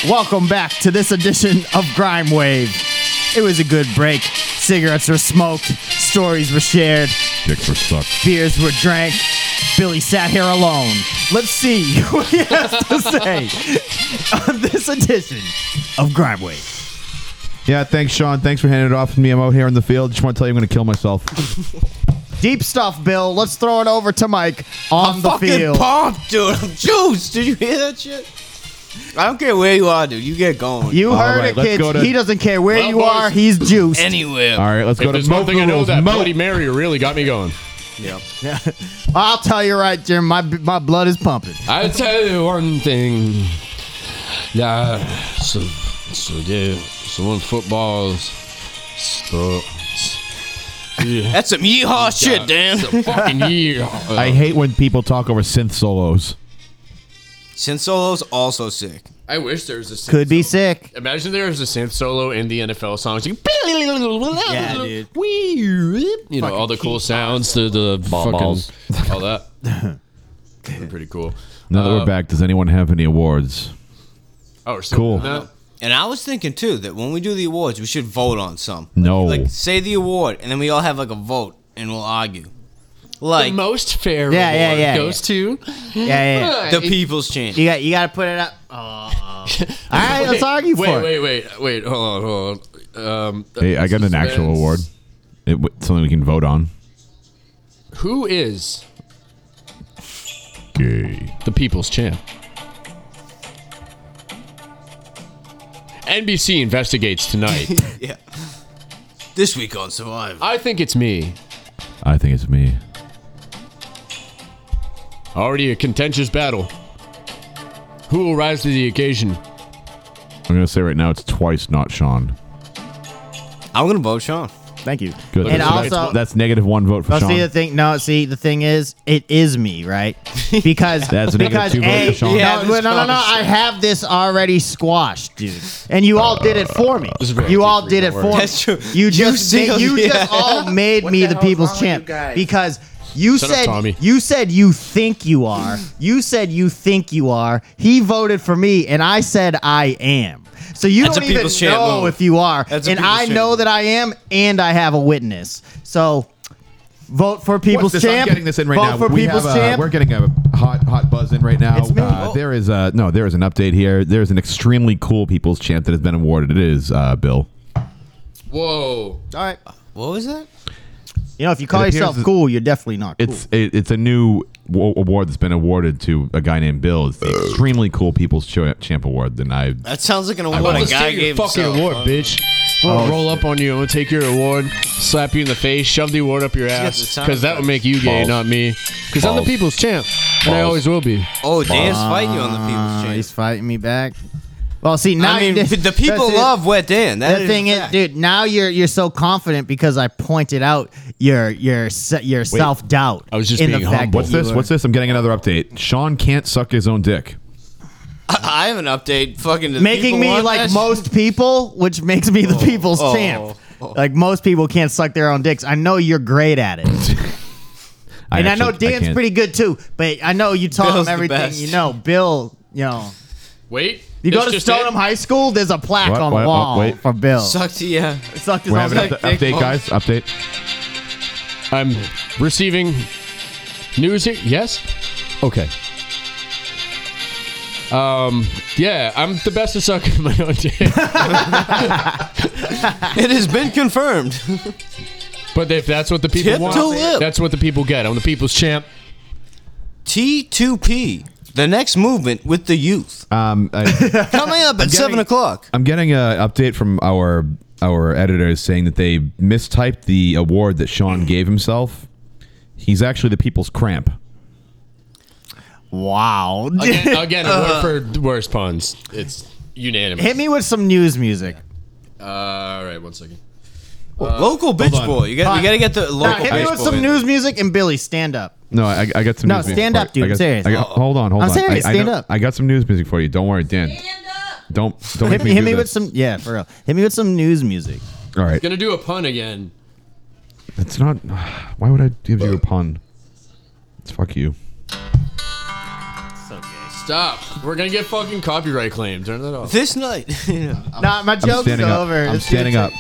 Speaker 1: it.
Speaker 2: Bill.
Speaker 1: Welcome back to this edition of Grime Wave. It was a good break. Cigarettes were smoked, stories were shared,
Speaker 4: Dicks were sucked.
Speaker 1: beers were drank. Billy sat here alone. Let's see what he has to say on this edition of Grime Wave.
Speaker 4: Yeah, thanks, Sean. Thanks for handing it off to me. I'm out here in the field. Just want to tell you I'm going to kill myself.
Speaker 1: Deep stuff, Bill. Let's throw it over to Mike on the
Speaker 6: Fucking
Speaker 1: field.
Speaker 6: pumped, dude. I'm juiced. Did you hear that shit? I don't care where you are, dude. You get going.
Speaker 1: you
Speaker 4: All
Speaker 1: heard
Speaker 4: right,
Speaker 1: it,
Speaker 4: let's
Speaker 1: kids.
Speaker 4: go to-
Speaker 1: he doesn't care where
Speaker 2: Well,
Speaker 1: you
Speaker 2: boys-
Speaker 1: are. He's juiced.
Speaker 6: anywhere.
Speaker 4: All right, let's
Speaker 2: If
Speaker 4: go
Speaker 2: there's
Speaker 4: to Mo
Speaker 2: one thing I know,
Speaker 4: Rules.
Speaker 2: that
Speaker 4: Mo.
Speaker 2: Bloody Mary really got me going.
Speaker 6: Yeah.
Speaker 1: I'll tell you right, Jim. My my blood is pumping.
Speaker 2: I tell you one thing. Yeah, so so yeah, so when football's so, yeah,
Speaker 6: That's some yeehaw shit, Dan.
Speaker 2: it's a fucking year. Uh,
Speaker 4: I hate when people talk over synth solos.
Speaker 6: Sin Solo's also sick.
Speaker 2: I wish there was a synth
Speaker 1: Could be sick.
Speaker 2: Imagine there was a synth solo in the NFL songs. Like,
Speaker 1: Yeah, dude.
Speaker 2: Wee- You know, all the cool sounds, the, the fucking,
Speaker 4: balls.
Speaker 2: all that. That'd be pretty cool.
Speaker 4: Now that
Speaker 2: Uh,
Speaker 4: we're back, does anyone have any awards?
Speaker 2: Oh, we're still
Speaker 4: Cool.
Speaker 2: doing that?
Speaker 6: And I was thinking too that when we do the awards, we should vote on some.
Speaker 4: No.
Speaker 6: Like say the award, and then we all have like a vote, and we'll argue. Like the,
Speaker 2: most fair
Speaker 1: Yeah, yeah,
Speaker 2: award
Speaker 1: yeah,
Speaker 2: goes to
Speaker 1: Yeah, yeah. yeah.
Speaker 6: people's chant.
Speaker 1: You got you got to put it up. Oh. All right, let's argue
Speaker 2: wait,
Speaker 1: for it.
Speaker 2: wait, wait, wait. Hold on, hold on. Um,
Speaker 4: Hey, I got an actual
Speaker 2: suspense.
Speaker 4: award. It, w- something we can vote on.
Speaker 2: Who is
Speaker 4: Gay.
Speaker 2: the people's champ? NBC investigates tonight.
Speaker 6: Yeah. This week on Survivor.
Speaker 2: I think it's me.
Speaker 4: I think it's me.
Speaker 2: Already a contentious battle. Who will rise to the occasion?
Speaker 4: I'm gonna say right now it's twice not Sean.
Speaker 6: I'm gonna vote Sean.
Speaker 1: Thank you.
Speaker 4: Good.
Speaker 1: And
Speaker 4: So that's-
Speaker 1: also,
Speaker 4: that's negative one vote for
Speaker 1: Well,
Speaker 4: Sean.
Speaker 1: see the thing. No, see the thing is, it is me, right? Because
Speaker 4: That's a negative
Speaker 1: because
Speaker 4: two vote
Speaker 1: a,
Speaker 4: for Sean.
Speaker 1: no,
Speaker 6: Yeah, this
Speaker 1: no, no, no, no,
Speaker 6: squash.
Speaker 1: I have this already squashed, dude. And you all did it for me.
Speaker 2: This is where
Speaker 1: You
Speaker 2: I
Speaker 1: all
Speaker 2: keep
Speaker 1: did it
Speaker 2: reading
Speaker 1: for me.
Speaker 6: That's true.
Speaker 1: You
Speaker 6: You
Speaker 1: just did-
Speaker 6: sealed-
Speaker 1: you
Speaker 6: yeah.
Speaker 1: just all made
Speaker 9: What
Speaker 1: me
Speaker 9: the
Speaker 1: the,
Speaker 9: hell's wrong
Speaker 1: people's
Speaker 9: with
Speaker 1: champ
Speaker 9: you guys?
Speaker 1: because you
Speaker 2: Shut up,
Speaker 1: said
Speaker 2: Tommy.
Speaker 1: you said you think you are. You said you think you are. He voted for me, and I said I am. So you
Speaker 6: That's a
Speaker 1: don't even
Speaker 6: people's champ
Speaker 1: know
Speaker 6: move.
Speaker 1: if you are,
Speaker 6: That's a
Speaker 1: and
Speaker 6: people's
Speaker 1: I
Speaker 6: champ
Speaker 1: know
Speaker 6: move.
Speaker 1: that I am, and I have a witness. So Vote for People's
Speaker 4: What's this?
Speaker 1: Champ.
Speaker 4: I'm getting this in right
Speaker 1: Vote
Speaker 4: now.
Speaker 1: for
Speaker 4: we
Speaker 1: People's
Speaker 4: have, uh,
Speaker 1: Champ.
Speaker 4: We're getting a hot, hot buzz in right now.
Speaker 1: It's me. Oh.
Speaker 4: Uh, there is a no. There is an update here. There is an extremely cool People's Champ that has been awarded. It is uh, Bill.
Speaker 1: All
Speaker 2: Whoa.
Speaker 1: right.
Speaker 6: What was that?
Speaker 1: You know, if you call
Speaker 4: It appears
Speaker 1: yourself
Speaker 4: that-
Speaker 1: cool, you're definitely not cool.
Speaker 4: It's it, it's a new w- award that's been awarded to a guy named Bill. It's the extremely cool People's Cho- Champ Award. Then I
Speaker 6: That sounds like an award a
Speaker 2: Let's
Speaker 6: guy
Speaker 2: take your
Speaker 6: gave
Speaker 2: fucking
Speaker 6: himself.
Speaker 2: award, bitch. I'll roll up on you and take your award, slap you in the face, shove the award up your
Speaker 6: got
Speaker 2: ass,
Speaker 6: the time
Speaker 2: because that would make you gay,
Speaker 4: Balls.
Speaker 2: not me. Because I'm the
Speaker 4: Balls.
Speaker 2: people's champ, and I
Speaker 4: Balls.
Speaker 2: always will be.
Speaker 6: Oh, Dan's fighting you on the people's
Speaker 1: Uh,
Speaker 6: champ.
Speaker 1: he's fighting me back. Well, see now
Speaker 6: I mean,
Speaker 1: you-
Speaker 6: the people
Speaker 1: that's it.
Speaker 6: love Wet Dan. That
Speaker 1: The thing
Speaker 6: a
Speaker 1: is,
Speaker 6: fact.
Speaker 1: dude, now you're you're so confident because I pointed out your your se- your self doubt.
Speaker 2: I was just
Speaker 1: in the
Speaker 2: being
Speaker 1: fact
Speaker 2: humble.
Speaker 1: that
Speaker 4: what's
Speaker 1: you
Speaker 4: this?
Speaker 1: were-
Speaker 4: What's this? I'm getting another update. Sean can't suck his own dick.
Speaker 6: I have an update. Fucking do
Speaker 1: Making
Speaker 6: people
Speaker 1: me
Speaker 6: want that
Speaker 1: like
Speaker 6: shit?
Speaker 1: most people, which makes me the people's
Speaker 6: oh,
Speaker 1: champ.
Speaker 6: oh.
Speaker 1: Like most people can't suck their own dicks. I know you're great at it. and I know
Speaker 4: actually-
Speaker 1: Dan's
Speaker 4: can't-
Speaker 1: pretty good too, but I know you taught
Speaker 6: Bill's
Speaker 1: him
Speaker 6: the
Speaker 1: everything
Speaker 6: best.
Speaker 1: you know. Bill, you know,
Speaker 2: Wait.
Speaker 1: you
Speaker 2: that's
Speaker 1: go to
Speaker 2: just
Speaker 1: Stoneham
Speaker 2: it?
Speaker 1: High School. There's a plaque
Speaker 4: What?
Speaker 1: on the
Speaker 4: What? Oh,
Speaker 1: wall
Speaker 4: wait.
Speaker 1: for Bill.
Speaker 6: sucked. Yeah,
Speaker 1: Sucked his
Speaker 4: We
Speaker 1: own
Speaker 4: have an
Speaker 1: dick.
Speaker 4: up- update,
Speaker 6: balls.
Speaker 4: guys. Update.
Speaker 2: I'm receiving news here. Yes? Okay. Um. Yeah, I'm the best at sucking my own dick,
Speaker 6: it has been confirmed.
Speaker 2: but if that's what the people
Speaker 6: Tip
Speaker 2: want,
Speaker 6: to lip.
Speaker 2: that's what the people get. I'm the people's champ.
Speaker 6: T2P, the next movement with the youth,
Speaker 4: Um, I,
Speaker 6: coming up at seven
Speaker 4: getting-
Speaker 6: o'clock.
Speaker 4: I'm getting an update from our our editors saying that they mistyped the award that Sean gave himself. He's actually the people's cramp.
Speaker 1: Wow.
Speaker 2: Again, again a word for worst puns. It's unanimous.
Speaker 1: Hit me with some news music.
Speaker 2: all right, one second.
Speaker 6: local bitch
Speaker 4: on.
Speaker 6: boy. You got.
Speaker 1: Uh, Fine.
Speaker 6: You got to get the
Speaker 1: Nah,
Speaker 6: local
Speaker 1: hit me
Speaker 6: bitch
Speaker 1: with
Speaker 6: boy
Speaker 1: some
Speaker 6: in.
Speaker 1: news music and Billy stand up.
Speaker 4: No, I, I got some.
Speaker 1: No,
Speaker 4: news music
Speaker 1: stand
Speaker 4: for
Speaker 1: up, dude.
Speaker 4: you. I got,
Speaker 1: Serious.
Speaker 4: I got, hold on, hold
Speaker 1: I'm
Speaker 4: on.
Speaker 1: serious.
Speaker 4: I, I
Speaker 1: Stand
Speaker 4: know-
Speaker 1: up.
Speaker 4: I got some news music for you. Don't worry, Dan.
Speaker 8: Stand up.
Speaker 4: Don't don't
Speaker 1: Hit
Speaker 4: make
Speaker 1: me,
Speaker 4: me
Speaker 1: hit
Speaker 4: do
Speaker 1: me
Speaker 4: this.
Speaker 1: with some yeah for real. Hit me with some news music.
Speaker 4: All right,
Speaker 2: Gonna do a pun again.
Speaker 4: it's not. Why would I give you a pun? It's fuck you.
Speaker 2: Stop. We're gonna get fucking copyright claim. Turn that off.
Speaker 6: This night. Yeah.
Speaker 1: nah, my
Speaker 4: I'm
Speaker 1: joke's
Speaker 4: standing
Speaker 1: over.
Speaker 4: up. I'm
Speaker 1: It's- it's-
Speaker 4: standing up.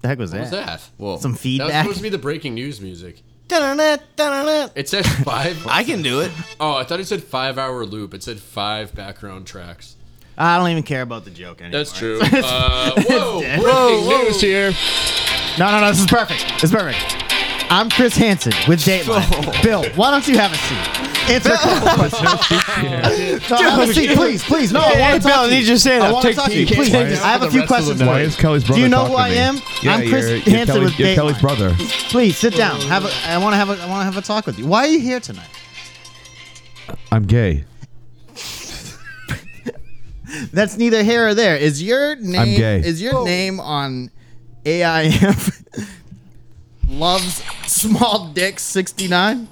Speaker 1: The heck was that?
Speaker 2: What's that? Whoa.
Speaker 1: Some
Speaker 2: That was
Speaker 1: feedback.
Speaker 2: supposed to be the breaking news music.
Speaker 6: Da-da-da,
Speaker 1: Oh,
Speaker 6: da-da-da.
Speaker 2: It said five.
Speaker 6: I can do it.
Speaker 2: oh, I thought it said five hour loop. It said five background tracks.
Speaker 1: I don't even care about the joke anymore.
Speaker 2: That's true. Uh, whoa, breaking news here.
Speaker 1: No, no, no. This is perfect. It's perfect. I'm Chris Hansen with Dateline. Bill, why don't you have a seat? Answer a couple questions. No, have a seat, please, please. No, I want to talk to you.
Speaker 6: your stand
Speaker 1: I want to talk to you, please.
Speaker 4: Why is-
Speaker 1: I have a few questions for
Speaker 4: Why
Speaker 1: you.
Speaker 4: is Kelly's brother?
Speaker 1: Do you know
Speaker 4: talking
Speaker 1: who
Speaker 4: to
Speaker 1: I
Speaker 4: me?
Speaker 1: am?
Speaker 4: Yeah,
Speaker 1: I'm Chris
Speaker 4: you're, you're
Speaker 1: Hansen
Speaker 4: Kelly's-
Speaker 1: with
Speaker 4: you're
Speaker 1: Dateline.
Speaker 4: Kelly's brother.
Speaker 1: Please sit down. Have a. I want to have a. I want to have a talk with you. Why are you here tonight?
Speaker 4: I'm gay.
Speaker 1: That's neither here or there. Is your name?
Speaker 4: gay.
Speaker 1: Is your name on AIF? Loves small dick sixty nine.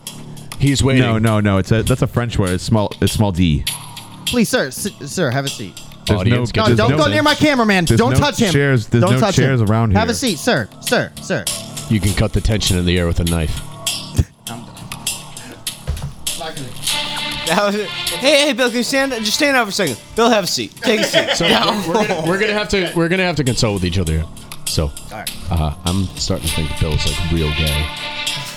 Speaker 2: He's waiting.
Speaker 4: No, no, no. It's a that's a French word. It's small. It's small D.
Speaker 1: Please, sir, sit, sir, have a seat.
Speaker 4: There's
Speaker 2: Audience
Speaker 4: no,
Speaker 1: No,
Speaker 4: there's
Speaker 1: don't
Speaker 4: no-
Speaker 1: go near my cameraman.
Speaker 4: there's
Speaker 1: Don't
Speaker 4: no
Speaker 1: touch him.
Speaker 4: chairs- there's
Speaker 1: don't
Speaker 4: no
Speaker 1: touch
Speaker 4: chairs
Speaker 1: him.
Speaker 4: around
Speaker 1: Have a
Speaker 4: here.
Speaker 1: seat, sir, sir, sir.
Speaker 2: You can cut the tension in the air with a knife.
Speaker 6: Hey, hey, Bill, can you stand? Just stand out for a second. Bill, have a seat. Take a seat.
Speaker 2: So we're, we're gonna, we're gonna have to we're gonna have to consult with each other. here. So uh, I'm starting to think Bill's like real gay,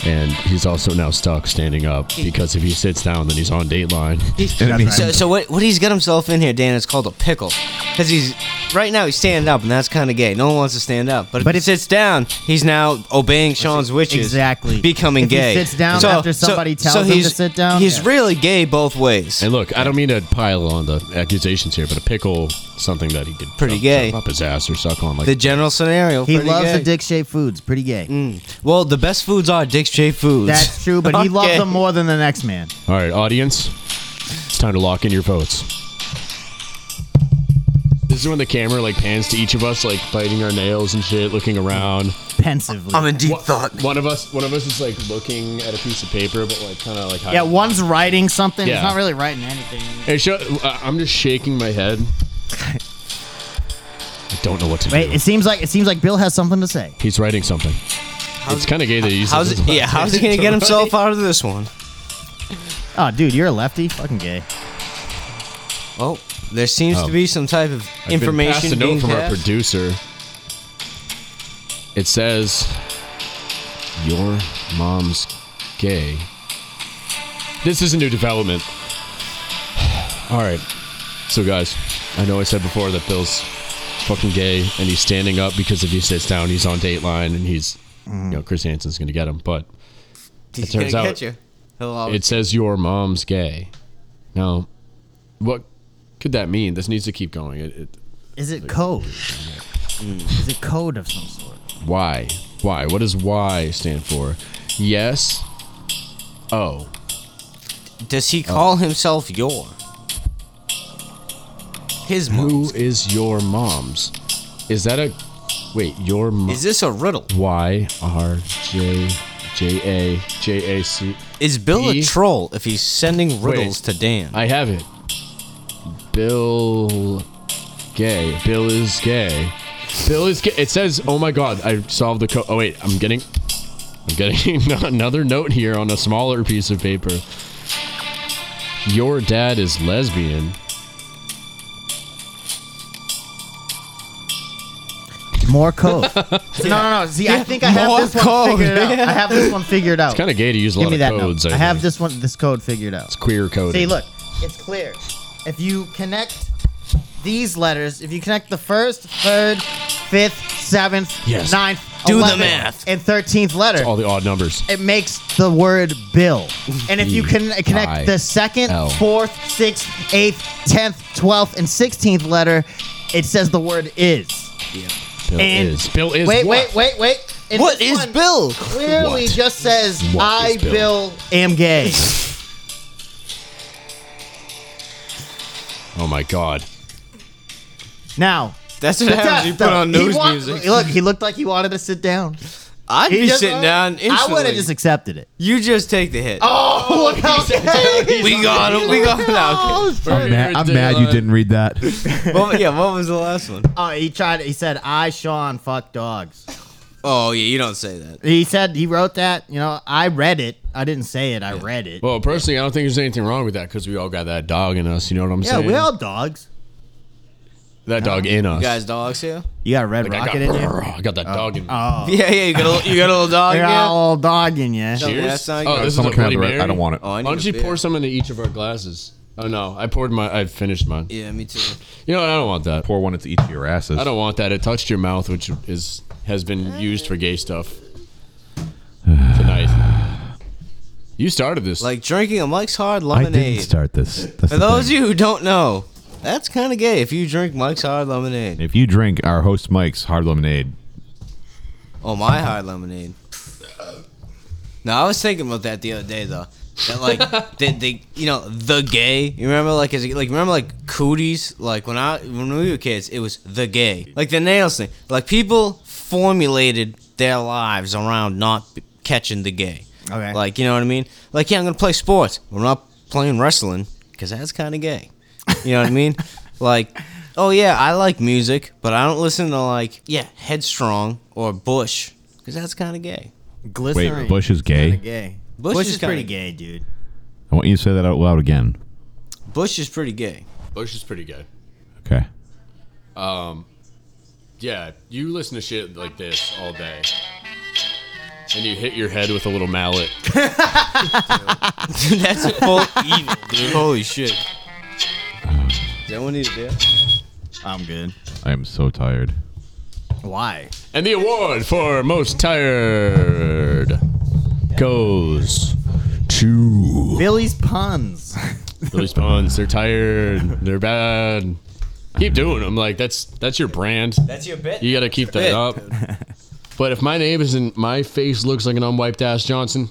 Speaker 2: and he's also now stuck standing up because if he sits down, then he's on Dateline.
Speaker 4: And it means-
Speaker 6: So, so what? What he's got himself in here, Dan? It's called a pickle, because he's Right now he's standing up, and that's kind of gay. No one wants to stand up, but if he sits down, he's now obeying Sean's wishes.
Speaker 1: Exactly.
Speaker 6: becoming
Speaker 1: If he
Speaker 6: gay.
Speaker 1: sits down after somebody tells him to
Speaker 6: he's-
Speaker 1: sit down,
Speaker 6: he's
Speaker 1: yeah.
Speaker 6: really gay both ways.
Speaker 2: Hey, look, I don't mean to pile on the accusations here, but a pickle, something that he could
Speaker 6: Pretty
Speaker 2: shove-
Speaker 6: gay.
Speaker 2: shove up his ass or suck on, like
Speaker 6: the general scenario.
Speaker 1: He
Speaker 6: pretty
Speaker 1: loves
Speaker 6: gay. Mm.
Speaker 1: the dick-shaped foods. Pretty gay.
Speaker 6: Well, the best foods are Dick's shaped foods.
Speaker 1: That's true, but he loves
Speaker 6: Okay.
Speaker 1: them more than the next man.
Speaker 2: All right, audience, it's time to lock in your votes. This is when the camera like pans to each of us, like biting our nails and shit, looking around.
Speaker 1: Pensively.
Speaker 6: Uh-huh.
Speaker 9: I'm in deep
Speaker 2: Wha-
Speaker 9: thought.
Speaker 2: One of us, one of us is like looking at a piece of paper, but like kind of like
Speaker 1: yeah,
Speaker 2: hiding.
Speaker 1: one's writing something. He's
Speaker 2: Yeah.
Speaker 1: not really writing anything.
Speaker 2: Hey, show, uh, I'm just shaking my head. I don't know what to
Speaker 1: Wait,
Speaker 2: do.
Speaker 1: it seems like it seems like Bill has something to say.
Speaker 2: He's writing something. it's kind of gay that he's.
Speaker 6: How's it, yeah? How's he gonna get himself out of this one?
Speaker 1: Oh, dude, you're a lefty. Fucking gay.
Speaker 6: Oh, there seems
Speaker 2: Oh.
Speaker 6: to be some type of information
Speaker 2: I've been passed a
Speaker 6: being
Speaker 2: note from our
Speaker 6: passed.
Speaker 2: producer. It says, "Your mom's gay." This is a new development. All right, so guys, I know I said before that Bill's fucking gay, and he's standing up because if he sits down, he's on Dateline, and he's, you know, Chris Hansen's gonna get him. But
Speaker 6: He's
Speaker 2: turns
Speaker 6: gonna
Speaker 2: out
Speaker 6: get you. He'll always-
Speaker 2: it says your mom's gay. Now, what could that mean? This needs to keep going. It, it,
Speaker 1: Is it code? Is it code of some sort?
Speaker 2: Why? Why? What does Y stand for? Yes. Oh.
Speaker 6: Does he call himself your? His
Speaker 2: Who
Speaker 6: mom's.
Speaker 2: is your mom's? Is that a. Wait, your mom.
Speaker 6: Is this a riddle?
Speaker 2: Y R J J A J A C.
Speaker 6: Is Bill
Speaker 2: He-
Speaker 6: a troll if he's sending riddles to Dan?
Speaker 2: I have it. Bill. Gay. Bill is gay. Bill is gay. It says, oh my god, I solved the code. Oh, wait, I'm getting. I'm getting another note here on a smaller piece of paper. Your dad is lesbian.
Speaker 1: More code. See, no, no, no. See, I think I have
Speaker 6: more
Speaker 1: this one
Speaker 6: code,
Speaker 1: figured out.
Speaker 6: yeah.
Speaker 1: I have this one figured out.
Speaker 2: It's kind of gay to use a
Speaker 1: Give
Speaker 2: lot
Speaker 1: me
Speaker 2: of
Speaker 1: that
Speaker 2: codes.
Speaker 1: note. I,
Speaker 2: think.
Speaker 1: have this one, this code figured out.
Speaker 2: It's queer coding.
Speaker 1: See, look, it's clear. If you connect these letters, if you connect the first, third, fifth, seventh,
Speaker 2: Yes.
Speaker 1: ninth,
Speaker 6: Do the
Speaker 1: 11th,
Speaker 6: math.
Speaker 1: and thirteenth letter,
Speaker 2: all the odd numbers.
Speaker 1: it makes the word bill. And if you can connect
Speaker 2: I-
Speaker 1: the second,
Speaker 2: L.
Speaker 1: fourth, sixth, eighth, tenth, twelfth, and sixteenth letter, it says the word is.
Speaker 2: Bill
Speaker 1: and-
Speaker 2: is. Bill is.
Speaker 1: Wait,
Speaker 2: what?
Speaker 1: wait, wait, wait. And
Speaker 6: what
Speaker 1: this
Speaker 6: is
Speaker 1: one
Speaker 6: Bill?
Speaker 1: Clearly
Speaker 2: What?
Speaker 1: just says
Speaker 2: What
Speaker 1: I
Speaker 2: is Bill?"
Speaker 1: Bill am gay.
Speaker 2: Oh my god.
Speaker 1: Now
Speaker 6: That's what
Speaker 1: the
Speaker 6: happens.
Speaker 1: test,
Speaker 6: when You put
Speaker 1: though.
Speaker 6: on
Speaker 1: He
Speaker 6: news
Speaker 1: wa-
Speaker 6: music.
Speaker 1: Look, he looked like he wanted to sit down.
Speaker 6: I'd
Speaker 1: He
Speaker 6: be
Speaker 1: just-
Speaker 6: sitting down.
Speaker 1: I would
Speaker 6: Instantly.
Speaker 1: have just accepted it.
Speaker 6: You just take the hit.
Speaker 1: Oh, look how gay.
Speaker 6: we got him. We got him. now.
Speaker 1: Oh, shit.
Speaker 2: mad- I'm mad you didn't
Speaker 5: read that.
Speaker 6: What- yeah. What was the last one?
Speaker 1: Oh, he tried. He said, "I Sean fuck dogs."
Speaker 6: Oh yeah. You don't say that.
Speaker 1: He said he wrote that. You know, I read it. I didn't say it. I read it.
Speaker 2: Well, personally, I don't think there's anything wrong with that because we all got that dog in us. You know what I'm
Speaker 1: yeah,
Speaker 2: saying?
Speaker 1: we all dogs.
Speaker 2: that dog in us.
Speaker 6: You guys, dogs here.
Speaker 1: You got a red
Speaker 2: I, got,
Speaker 1: rocket in there.
Speaker 2: I got that dog in.
Speaker 1: Oh,
Speaker 6: Yeah, yeah. You got a little, you got a little dog
Speaker 1: you got a
Speaker 6: here.
Speaker 1: little dog in you.
Speaker 6: No.
Speaker 2: Cheers.
Speaker 6: that's not-
Speaker 2: oh, this
Speaker 5: Someone
Speaker 2: is a
Speaker 5: can have
Speaker 2: Bloody
Speaker 5: the
Speaker 2: Mary.
Speaker 5: red. I don't want it.
Speaker 6: Oh,
Speaker 2: Why
Speaker 6: I need
Speaker 2: don't
Speaker 6: a
Speaker 2: you
Speaker 6: beer.
Speaker 2: pour some into each of our glasses? Oh no, I poured my. I finished mine.
Speaker 6: Yeah, me too.
Speaker 2: You know what? I don't want that.
Speaker 5: Pour one into each of your asses.
Speaker 2: I don't want that. It touched your mouth, which is has been used for gay stuff tonight. You started this.
Speaker 6: Like drinking a Mike's Hard
Speaker 5: I didn't
Speaker 6: Lemonade.
Speaker 5: start this. That's
Speaker 6: For those of you who don't know, that's kind of gay if you drink Mike's Hard Lemonade.
Speaker 5: if you drink our host Mike's hard lemonade,
Speaker 6: Oh, my hard lemonade. No, I was thinking about that the other day though. That like the, the you know the gay. You remember like as a, like remember like cooties. Like when I when we were kids, it was the gay. Like the nails thing. Like people formulated their lives around not b- catching the gay.
Speaker 1: Okay.
Speaker 6: Like you know what I mean? Like yeah, I'm gonna play sports. I'm not playing wrestling because that's kind of gay. You know what I mean? Like, oh yeah, I like music, but I don't listen to like yeah, Headstrong or Bush because that's kind of gay.
Speaker 1: Glycerin.
Speaker 5: wait, Bush is
Speaker 1: Kinda
Speaker 5: gay.
Speaker 1: gay.
Speaker 6: Bush
Speaker 1: Bush
Speaker 6: is
Speaker 1: is pretty gay,
Speaker 6: kinda-
Speaker 1: dude.
Speaker 5: I want you to say that out loud again.
Speaker 6: Bush is pretty gay.
Speaker 2: Bush is pretty gay.
Speaker 5: Okay.
Speaker 2: Yeah, you listen to shit like this all day. And you hit your head with a little mallet.
Speaker 6: that's full evil, dude. Holy shit. Does anyone need a beer?
Speaker 1: I'm good.
Speaker 4: I am so tired.
Speaker 1: Why?
Speaker 2: And the award for most tired goes to
Speaker 1: Billy's puns.
Speaker 2: Billy Spawns. They're tired. They're bad. Keep doing them. Like that's that's your brand.
Speaker 6: That's your bit.
Speaker 2: You got to keep that up. But if my name isn't my face looks like an unwiped ass Johnson,